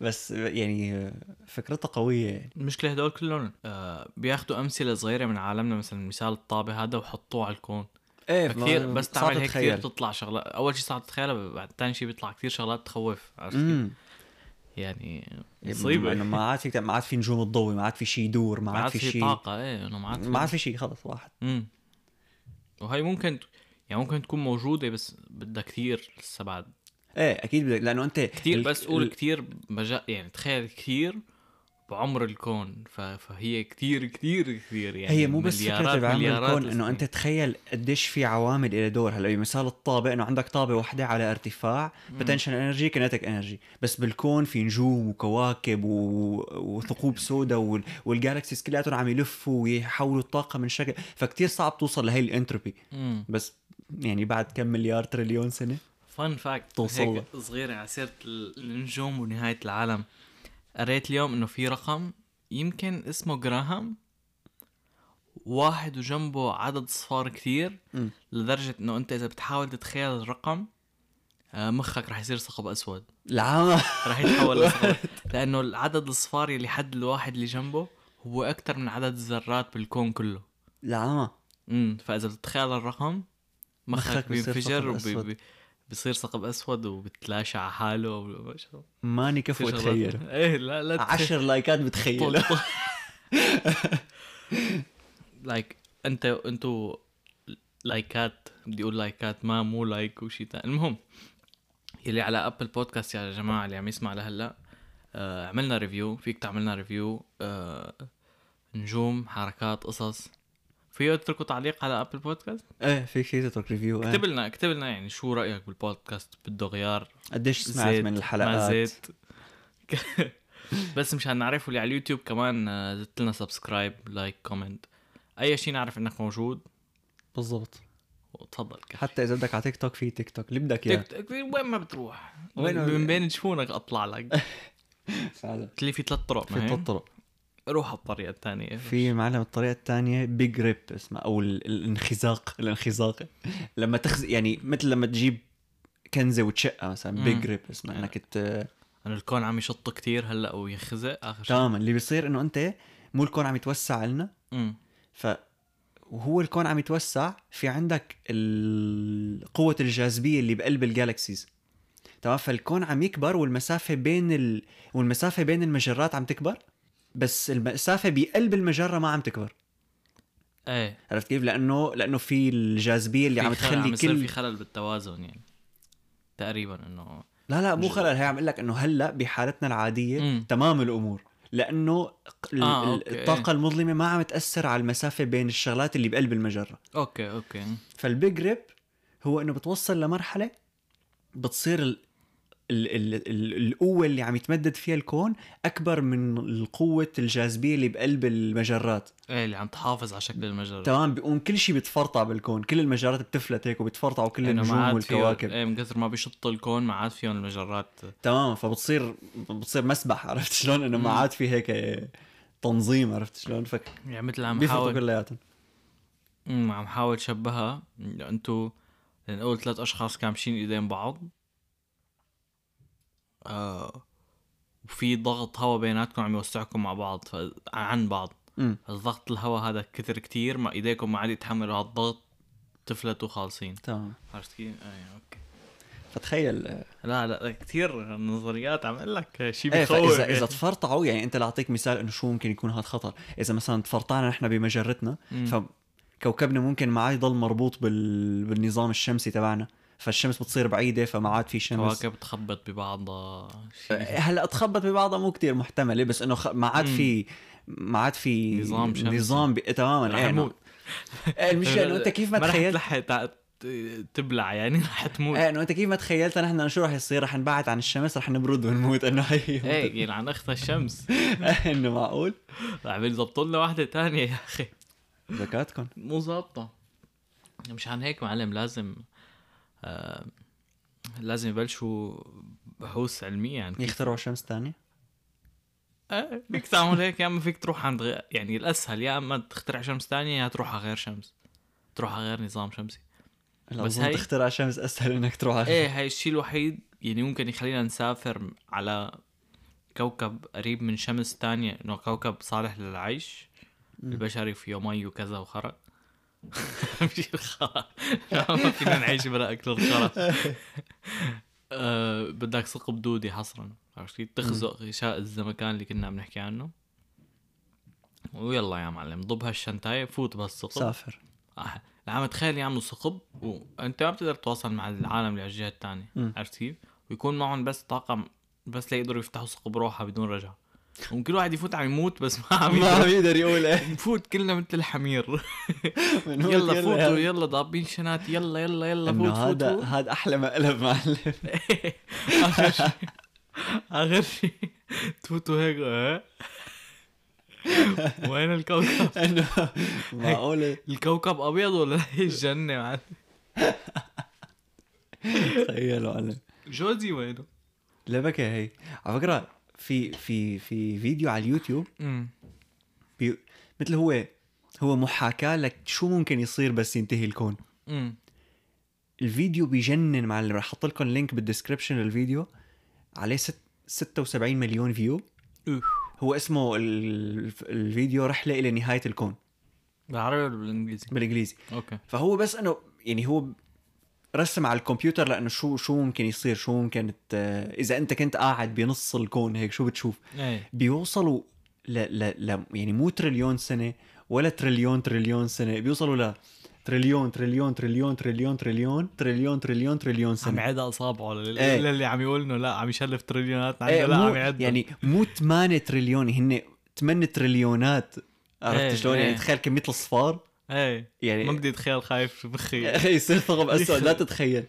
B: بس يعني فكرتها قويه يعني
A: المشكله هدول كلهم آه بياخذوا امثله صغيره من عالمنا مثلا مثال الطابه هذا وحطوه على الكون
B: ايه
A: كثير
B: ما-
A: بس
B: صعب
A: تعمل هيك كثير
B: تتخيل.
A: بتطلع شغلات اول شيء صعب تتخيلها بعد ثاني شيء بيطلع كثير شغلات تخوف عرفت كيف؟
B: مم. إيه،
A: يعني
B: مصيبه
A: مصيبه
B: انه ما عاد في ما عاد في نجوم تضوي ما عاد في شيء يدور ما
A: ما
B: عاد في شيء
A: طاقه ايه انه ما عاد
B: ما عاد في شيء خلص واحد
A: امم وهي ممكن يعني ممكن تكون موجوده بس بدها كثير لسه بعد
B: ايه اكيد بدك لانه انت
A: كثير بس قول كثير مجا يعني تخيل كثير بعمر الكون ف... فهي كثير كثير كثير يعني
B: هي مو بس فكره
A: مليارات-
B: بعمل
A: مليارات
B: الكون انه
A: السنين.
B: انت تخيل قديش في عوامل إلى دور هلا مثال الطابق انه عندك طابه وحده على ارتفاع بتنشن انرجي كينيتيك انرجي بس بالكون في نجوم وكواكب و... وثقوب سوداء وال... والجالكسيز كلياتهم عم يلفوا ويحولوا الطاقه من شكل فكتير صعب توصل لهي الانتروبي
A: امم
B: بس يعني بعد كم مليار تريليون سنه
A: فن فاكت
B: توصل
A: هيك صغيره على سيره ال- النجوم ونهايه العالم قريت اليوم انه في رقم يمكن اسمه جراهام واحد وجنبه عدد صفار كثير
B: مم.
A: لدرجه انه انت اذا بتحاول تتخيل الرقم آه، مخك رح يصير ثقب اسود
B: العامة
A: رح يتحول لصفار لانه العدد الصفار اللي حد الواحد اللي جنبه هو اكثر من عدد الذرات بالكون كله
B: العامة
A: امم فاذا بتتخيل الرقم
B: مخك
A: مخك
B: بيصير
A: بينفجر
B: ثقب أسود.
A: وبي- بيصير ثقب اسود وبتلاشى على حاله وما شاء الله.
B: ماني
A: في
B: كفو
A: شغلات-
B: اتخيله
A: ايه لا لا
B: عشر لايكات بتخيله
A: لايك انت انتو لايكات بدي اقول لايكات ما مو لايك وشي تاني المهم يلي على ابل بودكاست يا جماعه اللي عم يسمع لهلا آه عملنا ريفيو فيك تعملنا ريفيو آه نجوم حركات قصص فيه تتركوا تعليق على ابل بودكاست
B: ايه فيك شيء تترك ريفيو إيه.
A: اكتب لنا اكتب لنا يعني شو رايك بالبودكاست بده غيار
B: قديش سمعت
A: زيت،
B: من
A: ما
B: الحلقات
A: زيت بس مشان نعرفه اللي على اليوتيوب كمان آه، زدت لنا سبسكرايب لايك كومنت اي شيء نعرف انك موجود
B: بالضبط
A: وتفضل كفي.
B: حتى اذا بدك على تيك توك في تيك توك اللي بدك اياه
A: تك- تك- وين ما بتروح
B: وين ما-
A: من بين جفونك اطلع لك
B: فعلا
A: قلت لي في ثلاث طرق
B: في
A: ما هي؟
B: ثلاث طرق
A: روح على الطريقه الثانيه
B: في معلم الطريقه الثانيه بيج ريب اسمها او ال- الانخزاق الانخزاق لما تخز يعني مثل لما تجيب كنزه وتشقها مثلا بيج
A: مم.
B: ريب اسمها انك ت-
A: انا الكون عم يشط كتير هلا وينخزق اخر شيء
B: تماما اللي بيصير انه انت مو الكون عم يتوسع لنا
A: أمم.
B: ف وهو الكون عم يتوسع في عندك ال- قوة الجاذبية اللي بقلب الجالكسيز تمام فالكون عم يكبر والمسافة بين ال... والمسافة بين المجرات عم تكبر بس المسافة بقلب المجرة ما عم تكبر
A: ايه
B: عرفت كيف؟ لأنه لأنه في الجاذبية اللي
A: في
B: عم
A: خلل- عم
B: تخلي
A: يصير
B: كل
A: في خلل بالتوازن يعني تقريبا انه
B: لا لا مو
A: مجرد.
B: خلل هي عم اقول لك انه هلا بحالتنا العادية
A: مم.
B: تمام الأمور لأنه ال-
A: آه،
B: ال-
A: أوكي.
B: الطاقة المظلمة ما عم تأثر على المسافة بين الشغلات اللي بقلب المجرة
A: اوكي اوكي
B: فالبيج ريب هو انه بتوصل لمرحله بتصير ال... ال... ال... ال... القوه اللي عم يتمدد فيها الكون اكبر من القوه الجاذبيه اللي بقلب المجرات
A: ايه اللي عم تحافظ على شكل المجرة
B: تمام بيقوم كل شيء بيتفرطع بالكون كل المجرات بتفلت هيك وبتفرطعوا كل
A: لأنه ما
B: النجوم
A: عاد فيه-
B: والكواكب
A: ايه من كثر ما بيشط الكون ما عاد فيهم المجرات
B: تمام فبتصير بتصير مسبح عرفت شلون انه ما
A: مم.
B: عاد في هيك تنظيم عرفت شلون فك
A: يعني مثل عم
B: بيفرطوا
A: حاول
B: كلياتهم
A: امم عم حاول شبهها إنه انتو لان اول ثلاث اشخاص كانوا ماشيين ايدين بعض آه وفي ضغط هواء بيناتكم عم يوسعكم مع بعض ف... عن بعض
B: أمم.
A: الضغط الهواء هذا كتر كتير ما ايديكم ما عاد يتحملوا هالضغط تفلتوا خالصين
B: تمام
A: عرفت كيف؟ ايه اوكي
B: فتخيل
A: لا لا كثير نظريات عم اقول لك شيء
B: ايه
A: بخوف
B: فاذا اذا تفرطعوا يعني انت لاعطيك مثال انه شو ممكن يكون هذا خطر اذا مثلا تفرطعنا نحن بمجرتنا فكوكبنا ممكن ما عاد يضل مربوط بال... بالنظام الشمسي تبعنا فالشمس بتصير بعيده فما عاد في شمس
A: كواكب تخبط ببعضها شي.
B: هلا تخبط ببعضها مو كتير محتمله بس انه خ... ما عاد في ما عاد في
A: نظام شمسي.
B: نظام ب... تماما
A: رح
B: إيه،
A: نموت.
B: إيه، المشكله انه انت كيف ما تخيلت
A: رح تلحق تع- تبلع يعني رح تموت
B: إيه، انه انت كيف ما تخيلت نحن شو رح يصير رح نبعد عن الشمس رح نبرد ونموت انه هي
A: ايه يلعن اختها الشمس
B: انه معقول
A: عم يظبطوا لنا واحدة تانية يا اخي
B: زكاتكم
A: مو ظابطة مشان هيك معلم لازم آه لازم يبلشوا بحوث علمية عن كيف
B: يخترعوا شمس ثانيه
A: آه، فيك تعمل هيك يا اما فيك تروح عند غير يعني الاسهل يا اما تخترع شمس تانية يا تروح على غير شمس تروح على غير نظام شمسي
B: لا
A: بس
B: بس هي...
A: هاي-
B: تخترع شمس اسهل انك تروح على
A: ايه هاي الشيء الوحيد يعني ممكن يخلينا نسافر على كوكب قريب من شمس تانية انه كوكب صالح للعيش البشري فيه مي وكذا وخرق مش الخرق ما فينا نعيش بلا اكل الخرق آه، بدك ثقب دودي حصرا عرفت كيف تخزق غشاء الزمكان اللي كنا عم نحكي عنه ويلا يا معلم ضب هالشنتاية فوت بهالثقب
B: سافر
A: أح- العالم تخيل يعملوا ثقب وانت ما بتقدر تتواصل مع العالم اللي على الجهه الثانيه
B: مم.
A: عرفت كيف؟ ويكون معهم بس طاقم بس ليقدروا يفتحوا ثقب روحه بدون رجعه وكل واحد يفوت عم يموت بس ما عم
B: ما عم
A: يقدر
B: يقدر يقول ايه
A: نفوت كلنا مثل الحمير
B: بنقول
A: يلا فوتوا
B: يعني.
A: يلا ضابين شنات يلا يلا يلا
B: انه
A: فوت
B: هذا
A: فوتوا
B: هذا احلى مقلب معلم
A: اخر شيء اخر شيء تفوتوا هيك ها؟ وين الكوكب؟
B: انه معقوله
A: الكوكب ابيض ولا هي الجنه معلم؟
B: تخيلوا معلم
A: جوزي وينه؟
B: لبكه هي على فكره في في في فيديو على اليوتيوب
A: أمم.
B: بي مثل هو إيه؟ هو محاكاه لك شو ممكن يصير بس ينتهي الكون
A: أمم.
B: الفيديو بيجنن معلم رح احط لكم لينك بالدسكربشن للفيديو عليه ست 76 مليون فيو
A: اوف
B: هو اسمه ال- الفيديو رحله الى نهايه الكون
A: بالعربي ولا بالانجليزي؟
B: بالانجليزي
A: اوكي
B: فهو بس انه يعني هو رسم على الكمبيوتر لانه شو شو ممكن يصير شو ممكن ت... اذا انت كنت قاعد بنص الكون هيك شو بتشوف
A: ايه
B: بيوصلوا ل... ل... ل... يعني مو تريليون سنه ولا تريليون تريليون سنه بيوصلوا ل تريليون تريليون تريليون تريليون تريليون تريليون تريليون تريليون
A: عم
B: سنه
A: يعد اصابعه لل-
B: إيه.
A: للي عم يقول انه لا عم يشلف تريليونات عنده
B: إيه
A: لا
B: مو...
A: عم يعد
B: يعني مو 8 تريليون هن 8 تريليونات
A: إيه،
B: عرفت شلون
A: إيه.
B: يعني تخيل كميه الصفار
A: ايه ما
B: يعني
A: بدي اتخيل خايف في مخي
B: يصير ثقب اسود لا تتخيل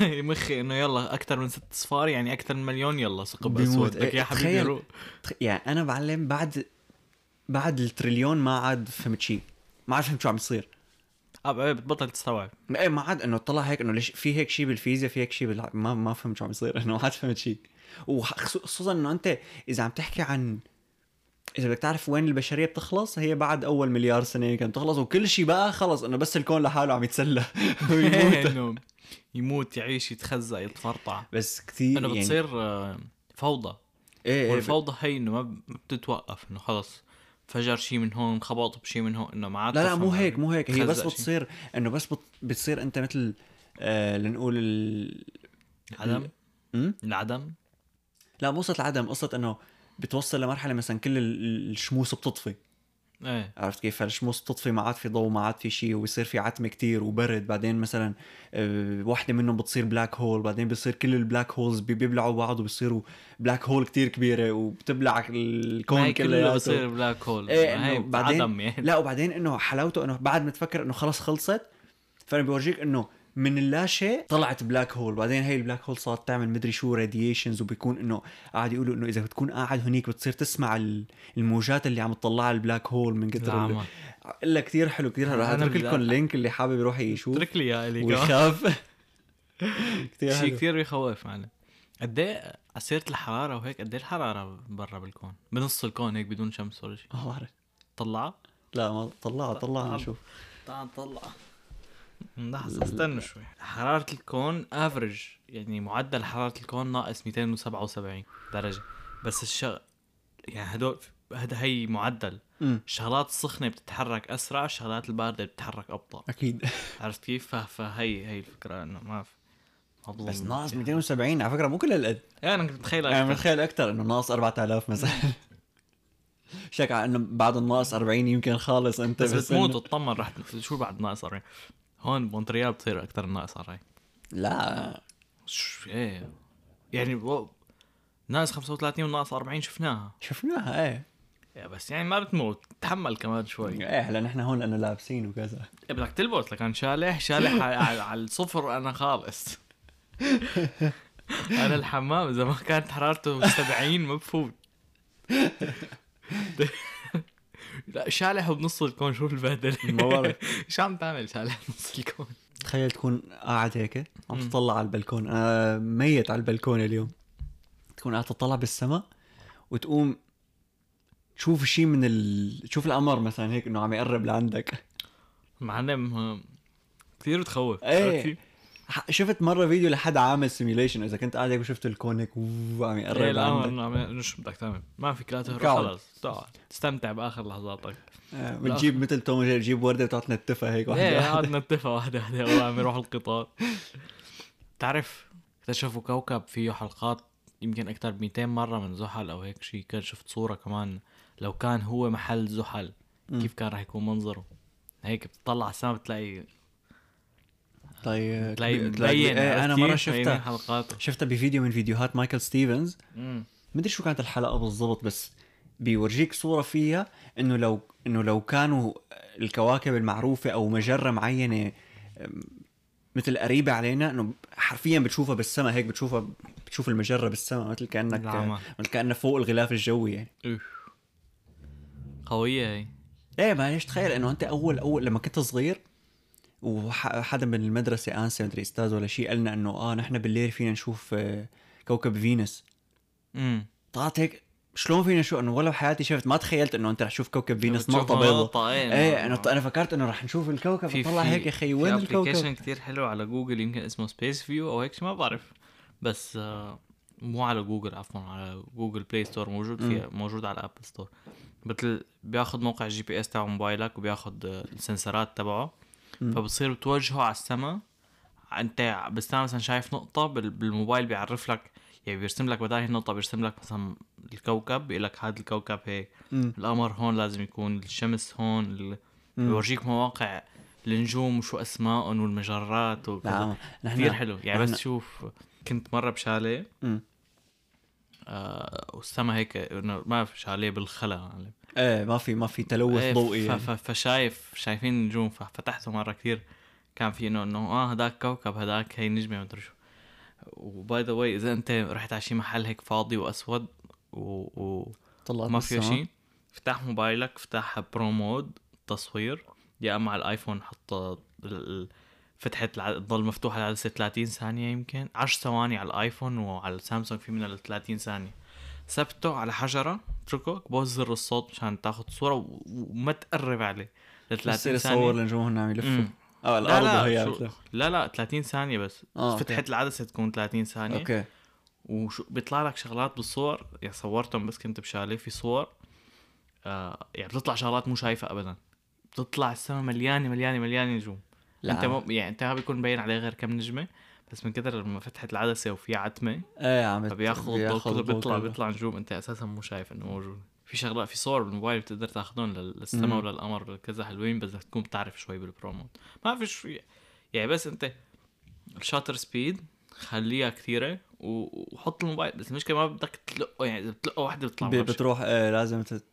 A: مخي انه يلا اكثر من ست صفار يعني اكثر من مليون يلا ثقب
B: بيموت.
A: اسود لك
B: إيه،
A: يا حبيبي
B: تخيل.
A: روح
B: تخ- يعني انا بعلم بعد بعد التريليون ما عاد فهمت شيء ما عاد فهمت شو عم يصير
A: آه، إيه، بتبطل تستوعب
B: ما إيه ما عاد انه طلع هيك انه ليش في هيك شيء بالفيزياء في هيك شيء بالع... ما ما فهمت شو عم يصير انه ما عاد فهمت شيء وخصوصا انه انت اذا عم تحكي عن اذا بدك تعرف وين البشريه بتخلص هي بعد اول مليار سنه كانت بتخلص وكل شيء بقى خلص انه بس الكون لحاله عم يتسلى ويموت
A: إنه يموت يعيش يتخزق يتفرطع
B: بس كثير
A: انه
B: إيه، يعني
A: بتصير آه، فوضى
B: ايه ايه ب-
A: والفوضى هي انه ما ب- ما بتتوقف انه خلص فجر شيء من هون خبط بشيء من هون انه ما عاد
B: لا لا
A: تفهم
B: مو
A: عربي.
B: هيك مو هيك هي
A: تخزق
B: بس
A: شيء.
B: بتصير انه بس بت... بتصير انت مثل آه لنقول ال...
A: عدم
B: أمم؟
A: العدم
B: لا مو قصه العدم قصه انه بتوصل لمرحله مثلا كل ال- الشموس بتطفي
A: ايه
B: عرفت كيف فالشموس بتطفي ما عاد في ضوء ما عاد في شيء وبيصير في عتمه كتير وبرد بعدين مثلا آه، وحده منهم بتصير بلاك هول بعدين بيصير كل البلاك هولز بي- بيبلعوا بعض وبيصيروا بلاك هول كتير كبيره وبتبلع
A: ما
B: الكون
A: هي كله بصير
B: كله
A: بلاك هول
B: إيه،
A: ما هي
B: إنه بعدين-
A: عدم يعني
B: لا وبعدين انه حلاوته انه بعد ما تفكر انه خلص خلصت فانا بورجيك انه من اللاشيء طلعت بلاك هول بعدين هي البلاك هول صارت تعمل مدري شو راديشنز وبيكون انه قاعد يقولوا انه اذا بتكون قاعد هنيك بتصير تسمع ال- الموجات اللي عم تطلعها البلاك هول من كثر ال-
A: زعمة.
B: الا كثير حلو كثير حلو رح
A: أنا
B: اترك
A: بدي-
B: لكم اللينك اللي حابب يروح يشوف
A: اترك لي يا الي كمان.
B: ويخاف كثير
A: شيء
B: حلو
A: كثير بيخوف معنا قد ايه على سيره الحراره وهيك قد ايه الحراره برا بالكون بنص الكون هيك بدون شمس ولا شيء
B: ما بعرف
A: طلعها
B: لا ما طلعها طلعها نشوف
A: تعال نطلع لحظة استنى شوي حرارة الكون افرج يعني معدل حرارة الكون ناقص 277 درجة بس الشغ يعني هدول هذا هي معدل
B: أمم،
A: الشغلات السخنة بتتحرك اسرع الشغلات الباردة بتتحرك ابطأ
B: اكيد
A: عرفت كيف؟ ف- فهي هي الفكرة انه ما في ما بظن
B: بس ناقص 270 على فكره مو كل هالقد
A: إيه، انا كنت متخيل
B: يعني
A: أكثر.
B: متخيل اكثر انه ناقص 4000 مثلا شك على انه بعد الناقص 40 يمكن خالص انت
A: بس بتموت
B: إنه-
A: وتطمن رح ت- شو بعد ناقص 40 هون بمونتريال بتصير اكثر من ناقص 40
B: لا
A: شو- ايه يعني و... ناقص 35 وناقص 40 شفناها
B: شفناها ايه
A: يا بس يعني ما بتموت تحمل كمان شوي
B: ايه هلا نحن هون لانه لابسين وكذا
A: إيه، بدك تلبس لكن شالح شالح على- على على الصفر انا خالص انا الحمام اذا ما كانت حرارته 70 ما بفوت لا شالح وبنص الكون شوف البهدله
B: ما بعرف
A: شو عم تعمل شالح بنص الكون
B: تخيل تكون قاعد هيك عم تطلع على البلكون انا ميت على البلكون اليوم تكون قاعد تطلع بالسماء وتقوم تشوف شيء من ال... تشوف القمر مثلا هيك انه عم يقرب لعندك
A: معلم كثير بتخوف
B: إيه.
A: عرفتي؟
B: ح- شفت مره فيديو لحد عامل سيميوليشن اذا كنت قاعد هيك وشفت الكون هيك ووو عم
A: ايه
B: يقرب
A: الامر
B: لعندك
A: إنه عم- إنه شو بدك تعمل ما فيك لا تهرب
B: قاعد.
A: خلص تقعد تستمتع باخر لحظاتك
B: آه، بتجيب مثل توم وجيري بتجيب ورده وتقعد تنتفها هيك
A: ايه
B: واحده
A: قعدنا نتفق واحدة واحدة والله عم يروح القطار بتعرف اكتشفوا كوكب فيه حلقات يمكن اكثر ب 200 مره من زحل او هيك شيء كان شفت صوره كمان لو كان هو محل زحل
B: مم.
A: كيف كان رح يكون منظره هيك بتطلع على السما بتلاقي
B: طيب
A: بتلاقي مبين
B: ايه انا
A: شفتها
B: مره شفتها
A: حلقاته
B: شفتها بفيديو من فيديوهات مايكل ستيفنز
A: مم.
B: مدري شو كانت الحلقه بالضبط بس بيورجيك صوره فيها انه لو انه لو كانوا الكواكب المعروفه او مجره معينه أم، مثل قريبه علينا انه حرفيا بتشوفها بالسماء هيك بتشوفها بتشوف المجره بالسماء مثل كانك
A: العمى.
B: مثل كانها فوق الغلاف الجوي يعني
A: أوف. قوية هي
B: ايه معلش تخيل انه انت اول اول لما كنت صغير وحدا من المدرسه انسى مدري استاذ ولا شيء قالنا انه اه نحن بالليل فينا نشوف آه، كوكب فينوس
A: امم
B: طلعت هيك شلون فينا شو انه ولا بحياتي شفت ما تخيلت انه انت رح تشوف كوكب فينوس نقطه بيضاء
A: إيه،
B: ايه انا انا فكرت انه رح نشوف الكوكب طلع هيك يا اخي وين الكوكب
A: ابلكيشن كثير حلو على جوجل يمكن اسمه سبيس فيو او هيك شي ما بعرف بس آه، مو على جوجل عفوا على جوجل بلاي ستور موجود فيها موجود على الابل ستور مثل بياخذ موقع الجي بي اس تبع موبايلك وبياخذ آه، السنسرات تبعه فبتصير بتوجهه على السما انت بس مثلا شايف نقطه بال- بالموبايل بيعرف لك يعني بيرسم لك بدل النقطه بيرسم لك مثلا الكوكب بيقول لك هذا الكوكب هيك
B: مم.
A: القمر هون لازم يكون الشمس هون ال- بيورجيك مواقع النجوم وشو اسمائهم والمجرات وكذا
B: نعم نحن
A: كثير حلو يعني
B: نحن-
A: بس شوف كنت مره بشاليه
B: مم.
A: آه والسما هيك إنه ما في شاليه بالخلا يعني.
B: ايه ما في ما في تلوث
A: إيه،
B: ضوئي
A: ف-
B: يعني.
A: ف- فشايف شايفين النجوم ففتحته مره كثير كان في انه انه اه هداك كوكب هداك هي نجمه مدري شو وباي ذا واي اذا انت رحت على شي محل هيك فاضي واسود و... و...
B: طلعت آه،
A: ما فيه
B: بالسما.
A: شيء افتح موبايلك افتح برو مود تصوير يا اما على الايفون حط ال- ال- فتحة الع- تضل مفتوحة لعدسة 30 ثانية يمكن 10 ثواني على الايفون وعلى السامسونج في منها لل 30 ثانية ثبته على حجرة اتركه بوز زر الصوت مشان تاخد صورة و- وما تقرب عليه ل 30
B: بصير
A: ثانية
B: يصور النجوم هن عم يلفوا
A: مم.
B: اه
A: لا
B: الارض وهي
A: لا
B: عم
A: شو-
B: تلف
A: لا لا 30 ثانية بس
B: آه، أوكي.
A: فتحة العدسة تكون 30 ثانية
B: اوكي
A: وشو بيطلع لك شغلات بالصور يعني صورتهم بس كنت بشاليه في صور آه يعني بتطلع شغلات مو شايفها ابدا بتطلع السما مليانه مليانه مليانه نجوم
B: لا.
A: لا. انت مو يعني انت ما بيكون مبين عليه غير كم نجمه بس من كثر ما فتحت العدسه وفي عتمه
B: ايه عم بت-
A: فبياخذ الضوء كله
B: الضوء
A: بيطلع
B: كله.
A: بيطلع نجوم انت اساسا مو شايف انه موجود في شغلات في صور بالموبايل بتقدر تاخذهم للسما
B: مم.
A: وللقمر وكذا حلوين بس بدك تكون بتعرف شوي بالبروموت ما في شو يعني بس انت الشاتر سبيد خليها كثيره و- وحط الموبايل بس المشكله ما بدك تلقه يعني اذا بتلقه وحده بتطلع
B: بي-
A: ما في شي.
B: بتروح آه، لازم تت-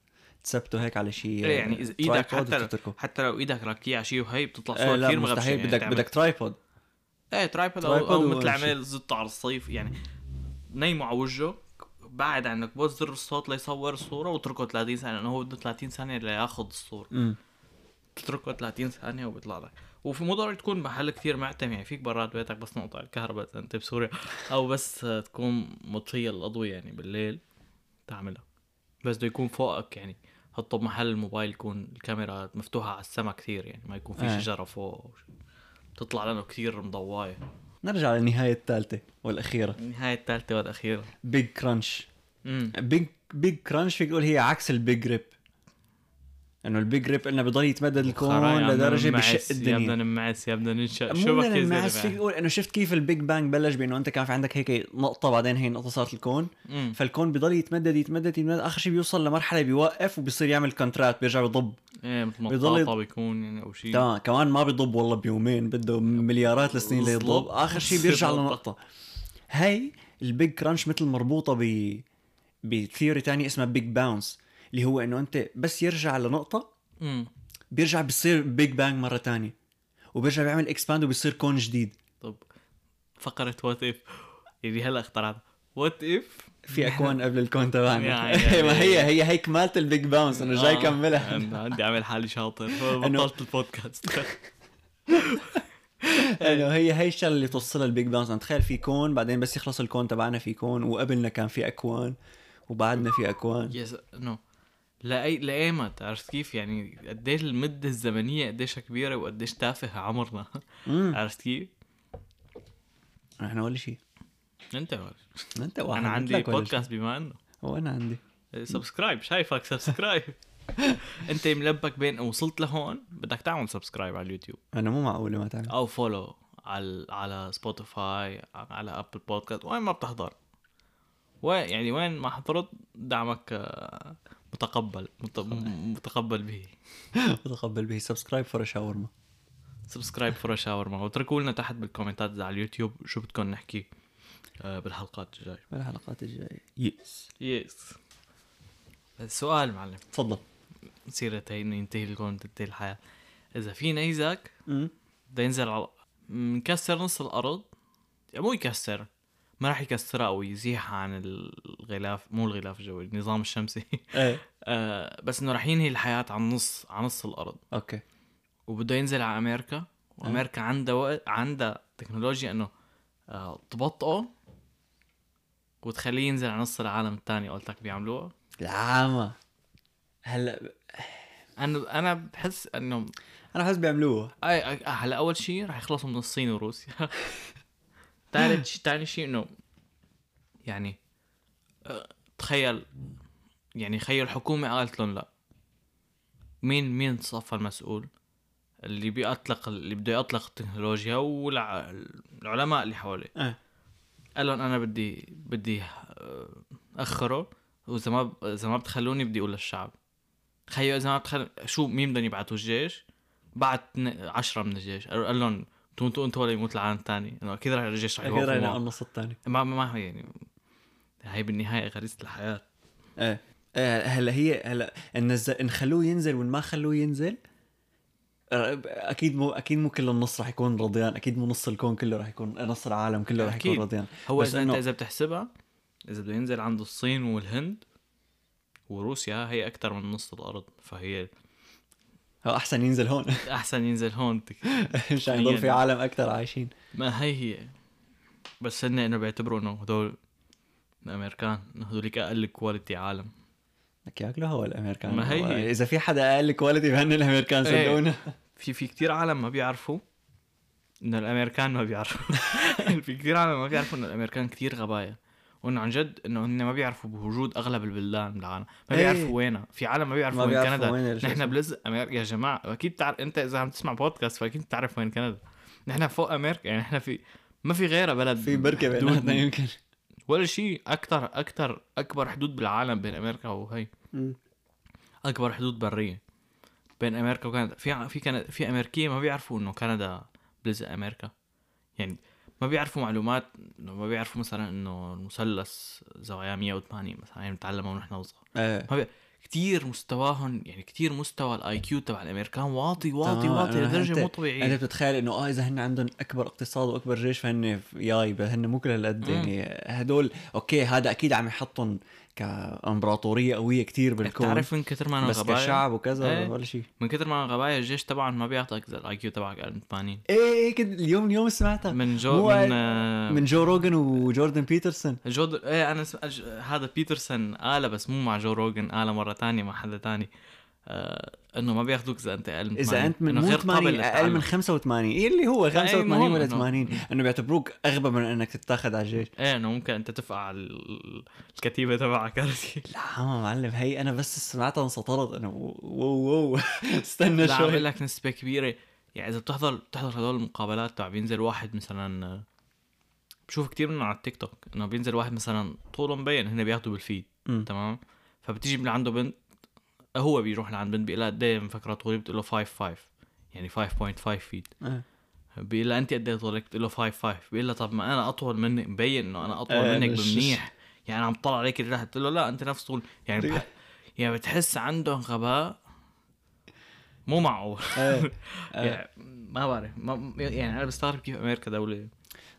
B: تثبته هيك على شيء
A: إيه يعني اذا ايدك حتى
B: تتركه
A: حتى لو ايدك راكيه على شيء وهي بتطلع
B: آه،
A: صور
B: لا
A: كثير مغبشه
B: مستحيل
A: يعني
B: بدك
A: تعمل-
B: بدك ترايبود
A: ايه ترايبود او,
B: ترايبود
A: أو
B: ولا
A: مثل
B: شي.
A: عمال زته على الصيف يعني نيمه على وجهه بعد عنك بوز زر الصوت ليصور الصوره واتركه 30 ثانيه لانه هو بده 30 ثانيه لياخذ الصوره
B: مم.
A: تتركه 30 ثانيه وبيطلع لك وفي مو ضروري تكون محل كثير معتم يعني فيك برات بيتك بس نقطع الكهرباء اذا انت بسوريا او بس آه، تكون مطفيه الاضويه يعني بالليل تعملها بس بده يكون فوقك يعني حطه بمحل الموبايل يكون الكاميرا مفتوحه على السما كثير يعني ما يكون
B: إيه.
A: في شجره فوق أو شي. بتطلع لانه كثير مضوايه
B: نرجع للنهايه الثالثه والاخيره
A: النهاية الثالثة والأخيرة
B: بيج كرانش
A: امم
B: بيج بيج كرانش فيك تقول هي عكس البيج ريب انه البيج ريب انه بضل يتمدد الكون لدرجه بشق
A: يا بدنا
B: الدنيا
A: نمعس يا بدنا ننشأ شو
B: مو
A: بك
B: بدنا
A: يا
B: ننعس فيك
A: زلمة
B: تقول انه شفت كيف البيج بانج بلش بانه انت كان في عندك هيك نقطه بعدين هي النقطه صارت الكون
A: أمم.
B: فالكون بضل يتمدد يتمدد يتمدد اخر شيء بيوصل لمرحله بيوقف وبيصير يعمل كونترات بيرجع بيضب
A: ايه مثل
B: بيضل يض-
A: مطاطا بيكون يعني أو شيء
B: تمام كمان ما بيضب والله بيومين بده مليارات السنين ليضب
A: بالضبط.
B: اخر شيء بيرجع
A: بالضبط.
B: لنقطه هي البيج كرانش مثل مربوطه ب بثيوري تانية اسمها بيج باونس اللي هو انه انت بس يرجع لنقطه
A: امم
B: بيرجع بيصير بيج بانج مره تانية وبيرجع بيعمل اكسباند وبيصير كون جديد
A: طب فقرة وات اف اللي هلا اخترعتها وات اف
B: في اكوان قبل الكون تبعنا
A: يعني- آه.
B: ما هي هي هي كمالة البيج باونس انه جاي كملها
A: أنا عندي عامل حالي شاطر بطلت البودكاست
B: انه هي هي الشغله اللي توصلها البيج باونس أنا تخيل في كون بعدين بس يخلص الكون تبعنا في كون وقبلنا كان في اكوان وبعدنا في اكوان
A: يس نو لأي لأيمت عرفت كيف يعني قديش المدة الزمنية قديش كبيرة وقديش تافه عمرنا
B: امم
A: عرفت كيف؟
B: نحن ولا شيء
A: انت عارف.
B: انت واحد
A: انا
B: قلت
A: عندي
B: لك ولا شيء.
A: بودكاست بما انه
B: وانا عندي
A: سبسكرايب شايفك سبسكرايب انت ملبك بين وصلت لهون بدك تعمل سبسكرايب على اليوتيوب
B: انا مو معقوله ما تعمل
A: او فولو على- على على سبوتيفاي على ابل بودكاست وين ما بتحضر وين يعني وين ما حضرت دعمك آه، متقبل مت- متقبل به
B: متقبل به سبسكرايب فور شاورما
A: سبسكرايب فور شاورما واتركوا لنا تحت بالكومنتات على اليوتيوب شو بدكم نحكي آه، بالحلقات الجايه
B: بالحلقات الجايه يس
A: يس سؤال معلم
B: تفضل
A: سيرة هي انه ينتهي الكون تنتهي الحياة اذا في نيزك بده ينزل على مكسر نص الارض يعني مو يكسر ما راح يكسرها او يزيحها عن الغلاف مو الغلاف الجوي النظام الشمسي
B: ايه
A: آه بس انه راح ينهي الحياة عن نص عن نص الارض
B: اوكي
A: وبده ينزل على امريكا وامريكا عندها وقت عندها تكنولوجيا انه آه تبطئه وتخليه ينزل على نص العالم الثاني قلت لك بيعملوها
B: العامة هلا
A: انا انا بحس انه
B: انا حاسس بيعملوها
A: اي أي- هلا اول شيء رح يخلصوا من الصين وروسيا ثالث شيء ثاني شيء انه يعني أه، تخيل يعني خيل الحكومة قالت لهم لا مين مين صفى المسؤول اللي بيطلق اللي بده يطلق التكنولوجيا والعلماء اللي حواليه
B: إيه.
A: قال لهم انا بدي بدي أه، اخره واذا ما اذا ما بتخلوني بدي اقول للشعب تخيلوا اذا ما بتخل شو مين بدهم يبعتوا الجيش بعت ن- عشرة من الجيش قالوا- قال لهم تموتوا انتوا ولا يموت العالم الثاني انه اكيد رح الجيش رح
B: اكيد
A: يوقفوا
B: رأينا على
A: معه.
B: النص الثاني
A: ما ما ما هي يعني هي بالنهايه غريزه الحياه
B: ايه إيه، هلا هي هلا ان الز- ان خلوه ينزل وان ما خلوه ينزل ر- اكيد مو اكيد مو كل النص رح يكون رضيان اكيد مو نص الكون كله رح يكون نص العالم كله رح يكون
A: أكيد.
B: رضيان
A: هو
B: بس
A: اذا انت
B: إنه-
A: اذا بتحسبها اذا بده ينزل عند الصين والهند وروسيا هي اكثر من نص الارض فهي
B: هو احسن ينزل هون
A: احسن ينزل هون
B: مشان يضل في عالم اكثر عايشين
A: ما هي هي بس هن انه بيعتبروا انه هدول الامريكان انه هدوليك اقل كواليتي عالم
B: لك ياكلوا هو الامريكان
A: ما هي
B: هو-
A: هي.
B: اذا في حدا اقل كواليتي فهن الامريكان
A: إيه.
B: صدقونا
A: في في كتير عالم ما بيعرفوا انه الامريكان ما بيعرفوا في كتير عالم ما بيعرفوا انه الامريكان كتير غباية وانه عن جد انه هن ما بيعرفوا بوجود اغلب البلدان بالعالم ما
B: إيه.
A: بيعرفوا وينها في عالم ما بيعرفوا
B: ما
A: وين
B: بيعرفوا
A: كندا
B: وين الشيء
A: نحن بلزق امريكا يا جماعه اكيد تعرف انت اذا عم تسمع بودكاست فاكيد بتعرف وين كندا نحن فوق امريكا يعني نحن في ما في غيرها بلد
B: في بركه بيناتنا
A: بين
B: يمكن
A: ولا شيء اكثر اكثر اكبر حدود بالعالم بين امريكا وهي
B: مم.
A: اكبر حدود بريه بين امريكا وكندا في ع- في كندا في امريكيه ما بيعرفوا انه كندا بلزق امريكا يعني ما بيعرفوا معلومات انه ما بيعرفوا مثلا انه المثلث زوايا 180 مثلا يعني بنتعلمها ونحن وصغار
B: ايه
A: ما بي... كتير مستواهم يعني كتير مستوى الاي كيو تبع الامريكان واطي واطي
B: تمام،
A: واطي
B: أنا
A: لدرجه
B: أنت-
A: مو
B: انت
A: طبيعيه
B: بتتخيل انه اه اذا هن عندهم اكبر اقتصاد واكبر جيش فهن ف- ياي بس هن مو كل هالقد
A: مم.
B: يعني هدول اوكي هذا اكيد عم يحطهم كامبراطوريه قويه كتير بالكون
A: يعني بتعرف من كتر ما انا
B: بس
A: غباية
B: كشعب وكذا
A: إيه.
B: ولا شيء
A: من كتر ما انا غباية الجيش تبعهم ما بيعطيك زي الاي كيو تبعك 80
B: ايه ايه كده اليوم اليوم سمعتها
A: من
B: مو
A: جو من
B: قال-
A: آه،
B: من جو روجن وجوردن بيترسون
A: جو ايه انا سم... ج- هذا بيترسون قاله بس مو مع جو روجن قاله مره تانية مع حدا تاني آه انه ما بياخذوك اذا انت اقل من
B: اذا
A: 80.
B: انت من
A: إنه
B: مو
A: غير قابل
B: 80 اقل من
A: للتعلم. إيه،
B: 85 اللي هو
A: مهم
B: 85 ولا
A: إنه-
B: 80 انه بيعتبروك اغبى من انك تتاخذ على الجيش
A: ايه انه ممكن انت تفقع ال- الكتيبه تبعك عرفت؟
B: لا عم معلم هي انا بس سمعتها انسطرت انا واو واو استنى
A: لا عم
B: شوي
A: بقول لك نسبه كبيره يعني اذا بتحضر بتحضر هدول المقابلات تبع بينزل واحد مثلا آه، بشوف كتير منهم على التيك توك انه بينزل واحد مثلا طوله مبين هن بياخذوا بالفيد
B: مم.
A: تمام فبتيجي من عنده بنت هو بيروح لعند بنت بيقول لها قد ايه مفكره طولي بتقول له 5 5 يعني 5.5 فيت
B: إيه.
A: بيقول لها انت قد ايه طولك؟ بتقول له 5 5 بيقول لها طب ما انا اطول منك مبين انه انا اطول
B: إيه،
A: منك
B: مش-
A: بمنيح يعني أنا عم طلع عليك الرحت بتقول له لا انت نفس طول يعني بح... يعني بتحس عندهم غباء مو معقول
B: إيه.
A: يعني ما بعرف ما يعني انا بستغرب كيف امريكا دوله
B: طبعا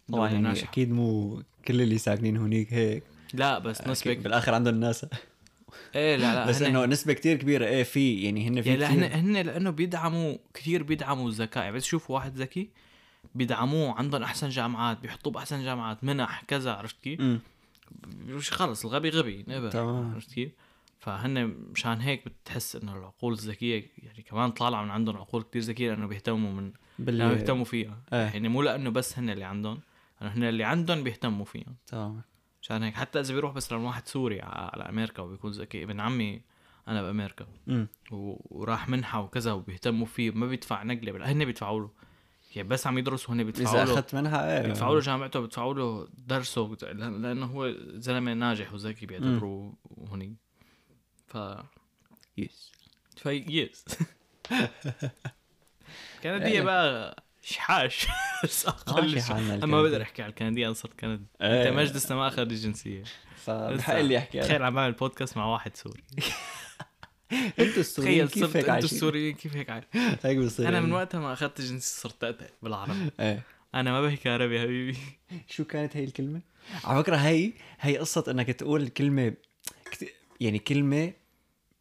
A: دولة
B: يعني
A: ناجحة.
B: اكيد مو كل اللي ساكنين هونيك هيك
A: لا بس نسبه
B: آه، أكيد بالاخر عندهم ناسا
A: ايه لا لا
B: بس
A: هن-
B: انه نسبه كتير كبيره ايه في يعني هن في
A: يعني هن
B: كتير
A: هن لانه بيدعموا كثير بيدعموا الذكاء يعني بس شوفوا واحد ذكي بيدعموه عندهم احسن جامعات بيحطوه باحسن جامعات منح كذا عرفت كيف؟
B: مم.
A: مش خلص الغبي غبي نبه
B: تمام.
A: عرفت كيف؟ فهن مشان هيك بتحس انه العقول الذكيه يعني كمان طالعه من عندهم عقول كثير ذكيه لانه بيهتموا من لانه
B: بال
A: بيهتموا فيها
B: إيه.
A: يعني مو لانه بس هن اللي عندهم لانه هن اللي عندهم بيهتموا فيها
B: تمام
A: مشان هيك حتى اذا بيروح مثلا واحد سوري ع- على امريكا وبيكون ذكي ابن عمي انا بامريكا
B: مم.
A: و- وراح منحه وكذا وبيهتموا فيه ما بيدفع نقله بل هن بيدفعوا له يعني بس عم يدرس وهن
B: اذا
A: بيدفعوا له
B: اخذت منها ايه
A: بيدفعوا له جامعته بيدفعوا له درسه بت- لأن- لانه هو زلمه ناجح وذكي بيعتبروه وهني ف
B: يس
A: ف يس كنديه
B: يعني-
A: بقى شحاش بس
B: ماشي
A: اقل شيء.
B: حالنا
A: اما
B: الكندي.
A: بقدر احكي على الكنديه انا صرت كندي
B: إيه.
A: انت مجد لسه ما اخذ الجنسيه
B: فبحق لي احكي أنا.
A: تخيل عم بعمل بودكاست مع واحد سوري
B: انتوا
A: تخيل
B: السوريين كيف
A: صرت
B: هيك
A: انتوا
B: عايشين
A: السوريين كيف هيك عايش
B: هيك بصير
A: انا
B: يعني.
A: من وقتها ما اخذت الجنسيه صرت اتقل بالعربي
B: ايه
A: انا ما بحكي عربي حبيبي
B: شو كانت هي الكلمة؟ على فكرة هي هي قصة انك تقول كلمة كت- يعني كلمة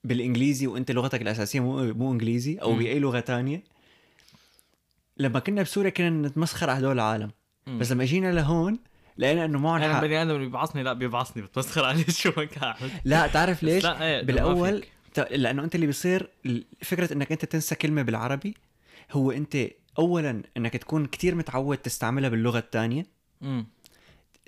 B: بالانجليزي وانت لغتك الاساسية مو مو انجليزي او
A: مم.
B: باي لغة تانية لما كنا بسوريا كنا نتمسخر على هدول العالم
A: مم.
B: بس لما جينا لهون لقينا انه معهم
A: انا
B: حق
A: أمم. بني ادم اللي بيبعصني لا بيبعصني بتمسخر عليه شو ما كان عم-
B: لا تعرف
A: بس
B: ليش؟
A: لا، إيه، ما
B: بالاول
A: فيك.
B: ت- لانه انت اللي بيصير ال- فكره انك انت تنسى كلمه بالعربي هو انت اولا انك تكون كتير متعود تستعملها باللغه الثانيه
A: مم.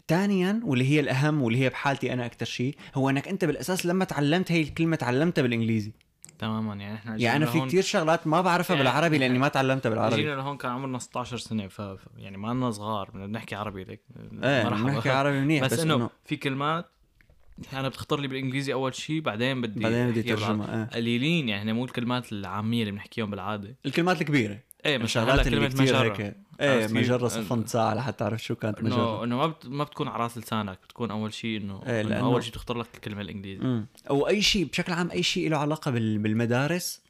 B: ثانيا واللي هي الاهم واللي هي بحالتي انا اكثر شيء هو انك انت بالاساس لما تعلمت هي الكلمه تعلمتها بالانجليزي
A: تماما يعني احنا
B: يعني انا
A: جينا
B: في
A: لهون-
B: كتير شغلات ما بعرفها
A: يعني-
B: بالعربي لاني ما تعلمتها بالعربي
A: جينا لهون كان عمرنا 16 سنه ف ف- يعني ما لنا صغار بدنا نحكي عربي ليك
B: ايه
A: مرحبا.
B: بنحكي عربي منيح
A: بس,
B: بس,
A: انه في كلمات انا بتخطر لي بالانجليزي اول شيء بعدين بدي
B: بعدين بدي
A: أحكيها بالعربي.
B: ترجمه ايه
A: قليلين يعني هن مو الكلمات العاميه اللي بنحكيهم بالعاده
B: الكلمات الكبيره
A: ايه مثل هلا
B: الشغلات يعني اللي
A: كلمه
B: كثير
A: مجره
B: هيك ايه
A: عرفت كيف؟
B: مجره صفنت ساعه لحتى تعرف شو كانت مجره
A: انه انه ما بت... ما بتكون على راس لسانك بتكون اول شيء انه
B: إيه،
A: إنه
B: لأنه-
A: اول شيء بتخطر لك الكلمه الانجليزي
B: مم. او اي شيء بشكل عام اي شيء له علاقه بال- بالمدارس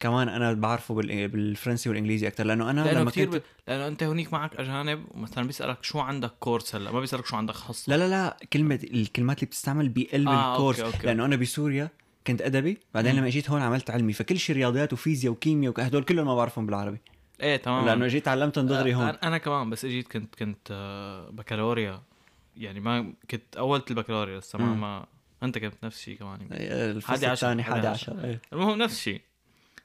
B: كمان انا بعرفه بال- بالفرنسي والانجليزي اكثر لانه انا
A: لانه
B: لما
A: كثير
B: كنت
A: ب... لانه انت هنيك معك اجانب ومثلا بيسالك شو عندك كورس هلا ما بيسالك شو عندك حصه
B: لا لا لا كلمه الكلمات اللي بتستعمل بقلب
A: آه،
B: آه
A: أوكي،
B: الكورس
A: أوكي.
B: لانه انا بسوريا كنت ادبي بعدين
A: مم.
B: لما اجيت هون عملت علمي فكل شيء رياضيات وفيزياء وكيمياء وهدول كلهم ما بعرفهم بالعربي
A: ايه تمام
B: لانه جيت
A: آه،
B: تعلمتهم دغري هون
A: أنا- انا كمان بس اجيت كنت كنت آه، بكالوريا يعني ما كنت اولت البكالوريا لسه ما,
B: مم.
A: ما انت كنت نفس الشيء كمان يمكن.
B: إيه، الفصل
A: حادي عشر،
B: الثاني
A: حادي
B: حادي
A: عشر.
B: عشر إيه.
A: المهم نفس الشيء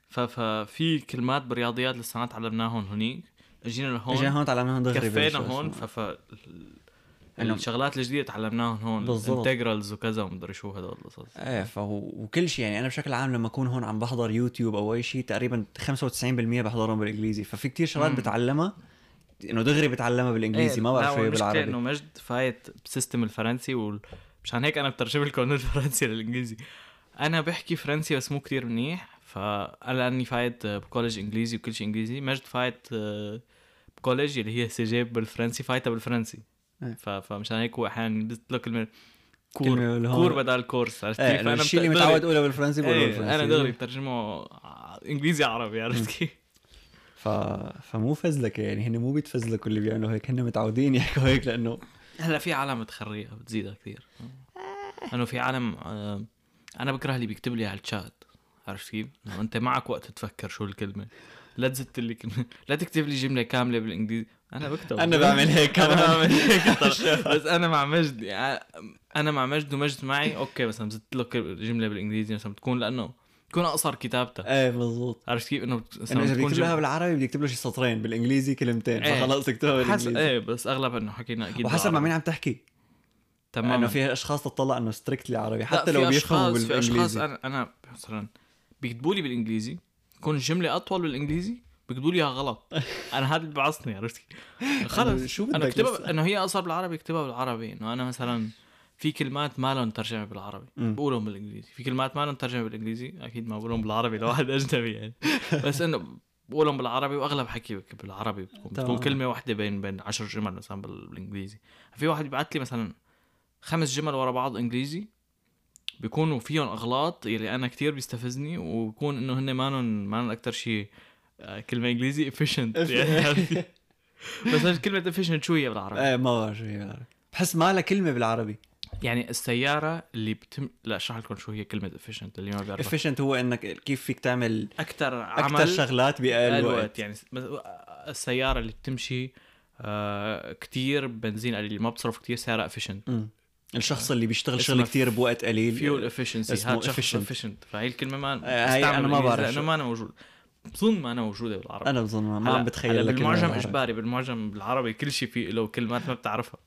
A: ف- ففي كلمات بالرياضيات لسه ما تعلمناهم هنيك اجينا
B: اجينا
A: لهون
B: هون تعلمناهم دغري
A: كفينا
B: بالشغل.
A: هون ف ف
B: إنه-
A: الشغلات الجديده تعلمناهم هون
B: بالضبط.
A: الانتجرالز وكذا ومدري شو هدول القصص
B: ايه فهو وكل شيء يعني انا بشكل عام لما اكون هون عم بحضر يوتيوب او اي شيء تقريبا 95% بحضرهم بالانجليزي ففي كتير شغلات
A: مم.
B: بتعلمها انه دغري بتعلمها بالانجليزي
A: إيه،
B: ما
A: لا،
B: بعرف شو هي
A: والمشكلة
B: بالعربي
A: انه مجد فايت بسيستم الفرنسي وال... مشان هيك انا بترجم لكم من الفرنسي للانجليزي انا بحكي فرنسي بس مو كتير منيح فانا لاني فايت بكولج انجليزي وكل شيء انجليزي مجد فايت آه، بكولج اللي هي سجيب بالفرنسي فايتها بالفرنسي
B: إيه.
A: ف... فمشان هيك هو احيانا بيدت له كلمه
B: كلمة
A: كور
B: اللي هو-
A: كور بدل كورس عرفت
B: ايه
A: كيف؟
B: إنه الشيء اللي
A: بت-
B: متعود
A: دغري-
B: اقوله بالفرنسي بقوله
A: ايه
B: بالفرنسي
A: انا دغري بترجمه ع- انجليزي عربي عرفت كيف؟
B: ف... فمو فزلكه يعني هن مو بيتفزلكوا اللي بيعملوا هيك هن متعودين يحكوا هيك لانه
A: هلا في عالم متخرية بتزيدها كثير انه في عالم آه، انا بكره اللي بيكتب لي على الشات عرفت كيف؟ إنه انت معك وقت تفكر شو الكلمة لا تزت لي كلمة لا تكتب لي جملة كاملة بالانجليزي انا بكتب
B: انا بعمل هيك
A: انا
B: كمان.
A: بعمل هيك طبعاً. بس انا مع مجد يعني انا مع مجد ومجد معي اوكي مثلا زدت له كل- جملة بالانجليزي مثلا بتكون لانه بتكون اقصر كتابتها
B: ايه مزبوط
A: عرفت كيف؟ انه بت- مثلاً
B: انه اذا
A: بتكون
B: بيكتب
A: جملة-
B: لها بالعربي بدي يكتب له شي سطرين بالانجليزي كلمتين
A: إيه.
B: فخلص اكتبها
A: حسب
B: بالانجليزي
A: ايه بس اغلب انه حكينا اكيد
B: وحسب مع
A: بالعربي.
B: مين عم تحكي
A: تماما
B: انه في اشخاص تطلع انه ستريكتلي عربي
A: لا،
B: حتى
A: في
B: لو بيفهموا
A: أشخاص- في اشخاص
B: بالانجليزي
A: انا انا مثلا بيكتبوا لي بالانجليزي تكون الجمله اطول بالانجليزي بيكتبوا لي اياها غلط انا هذا اللي بعصني عرفت كيف؟ خلص
B: شو
A: انا
B: بدك
A: اكتبها
B: لسه؟
A: انه هي اقصر بالعربي اكتبها بالعربي انه انا مثلا في كلمات ما لهم ترجمه بالعربي
B: مم.
A: بقولهم بالانجليزي في كلمات ما لهم ترجمه بالانجليزي اكيد ما بقولهم بالعربي لو واحد اجنبي يعني بس انه بقولهم بالعربي واغلب حكي بك- بالعربي بتكون, بتكون
B: تمام.
A: كلمه واحده بين بين عشر جمل مثلا بال- بالانجليزي في واحد بيبعت لي مثلا خمس جمل ورا بعض انجليزي بيكونوا فيهم اغلاط يلي انا كتير بيستفزني وبكون انه هن مانن مانن اكثر شيء آه، كلمه انجليزي efficient يعني عرفت؟ بس هاي كلمه efficient شو هي بالعربي؟
B: ايه ما بعرف شو هي بالعربي بحس ما لها كلمه بالعربي
A: يعني السياره اللي بتم لا اشرح لكم شو هي كلمه efficient اللي ما بيعرفها
B: efficient هو انك كيف فيك تعمل
A: اكثر عمل
B: اكثر شغلات باقل وقت
A: يعني س- مث- السياره اللي بتمشي آه كتير بنزين قليل ما بتصرف كتير سياره efficient
B: مم. الشخص اللي بيشتغل
A: اسمه
B: شغل كثير بوقت قليل
A: فيول افشنسي
B: اسمه
A: هذا شخص
B: efficient.
A: efficient فهي الكلمه ما
B: آه، هاي أنا ما
A: بستعمل
B: بعرف
A: بالإنجليزي
B: شو.
A: لانه ما انا موجود بظن ما انا موجوده بالعربي
B: انا بظن ما- ما
A: هلا-
B: عم بتخيل
A: هلا
B: لك
A: بالمعجم اجباري بالمعجم بالعربي كل شيء فيه له كلمات ما بتعرفها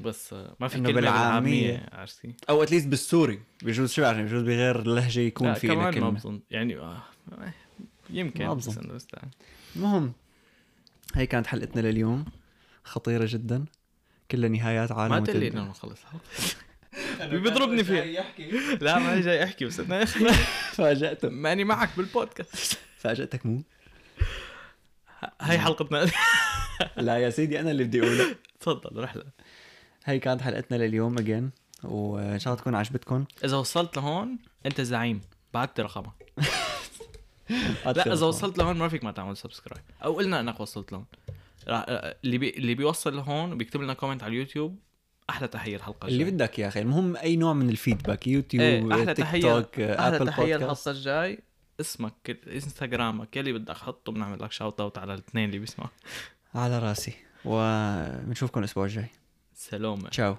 A: بس آه، ما في
B: إنه
A: كلمه
B: بالعامية.
A: بالعاميه عرفتي
B: او اتليست بالسوري بجوز شو بعرف يعني بجوز بغير لهجه يكون
A: لا
B: في لك
A: كمان ما
B: كلمه
A: بظن يعني آه، يمكن
B: ما
A: بس
B: بظن.
A: إنه بس تعال.
B: المهم هي كانت حلقتنا لليوم خطيره جدا كلها نهايات عالم
A: ما تقول لي
B: وتنتهي.
A: انه خلص بيضربني فيها.
C: يحكي
A: لا ما جاي احكي بس انا
B: فاجأتك
A: ماني معك بالبودكاست
B: فاجأتك مو
A: هاي حلقتنا
B: لا يا سيدي انا اللي بدي اقوله
A: تفضل رحله
B: هي كانت حلقتنا لليوم اجين وان شاء الله تكون عجبتكم
A: اذا وصلت لهون انت زعيم بعت رقمك لا اذا
B: أتفرجوا.
A: وصلت لهون ما فيك ما تعمل سبسكرايب او قلنا انك وصلت لهون راح- اللي بي... اللي بيوصل لهون بيكتب لنا كومنت على اليوتيوب احلى تحيه الحلقه
B: اللي بدك يا اخي المهم اي نوع من الفيدباك يوتيوب
A: ايه احلى
B: تيك
A: تحيه
B: توك
A: احلى
B: ابل
A: تحيه
B: بودكاست
A: الحلقه الجاي اسمك انستغرامك يلي بدك حطه بنعمل لك شاوت اوت على الاثنين اللي بيسمعوا
B: على راسي وبنشوفكم الاسبوع الجاي
A: سلامه
B: تشاو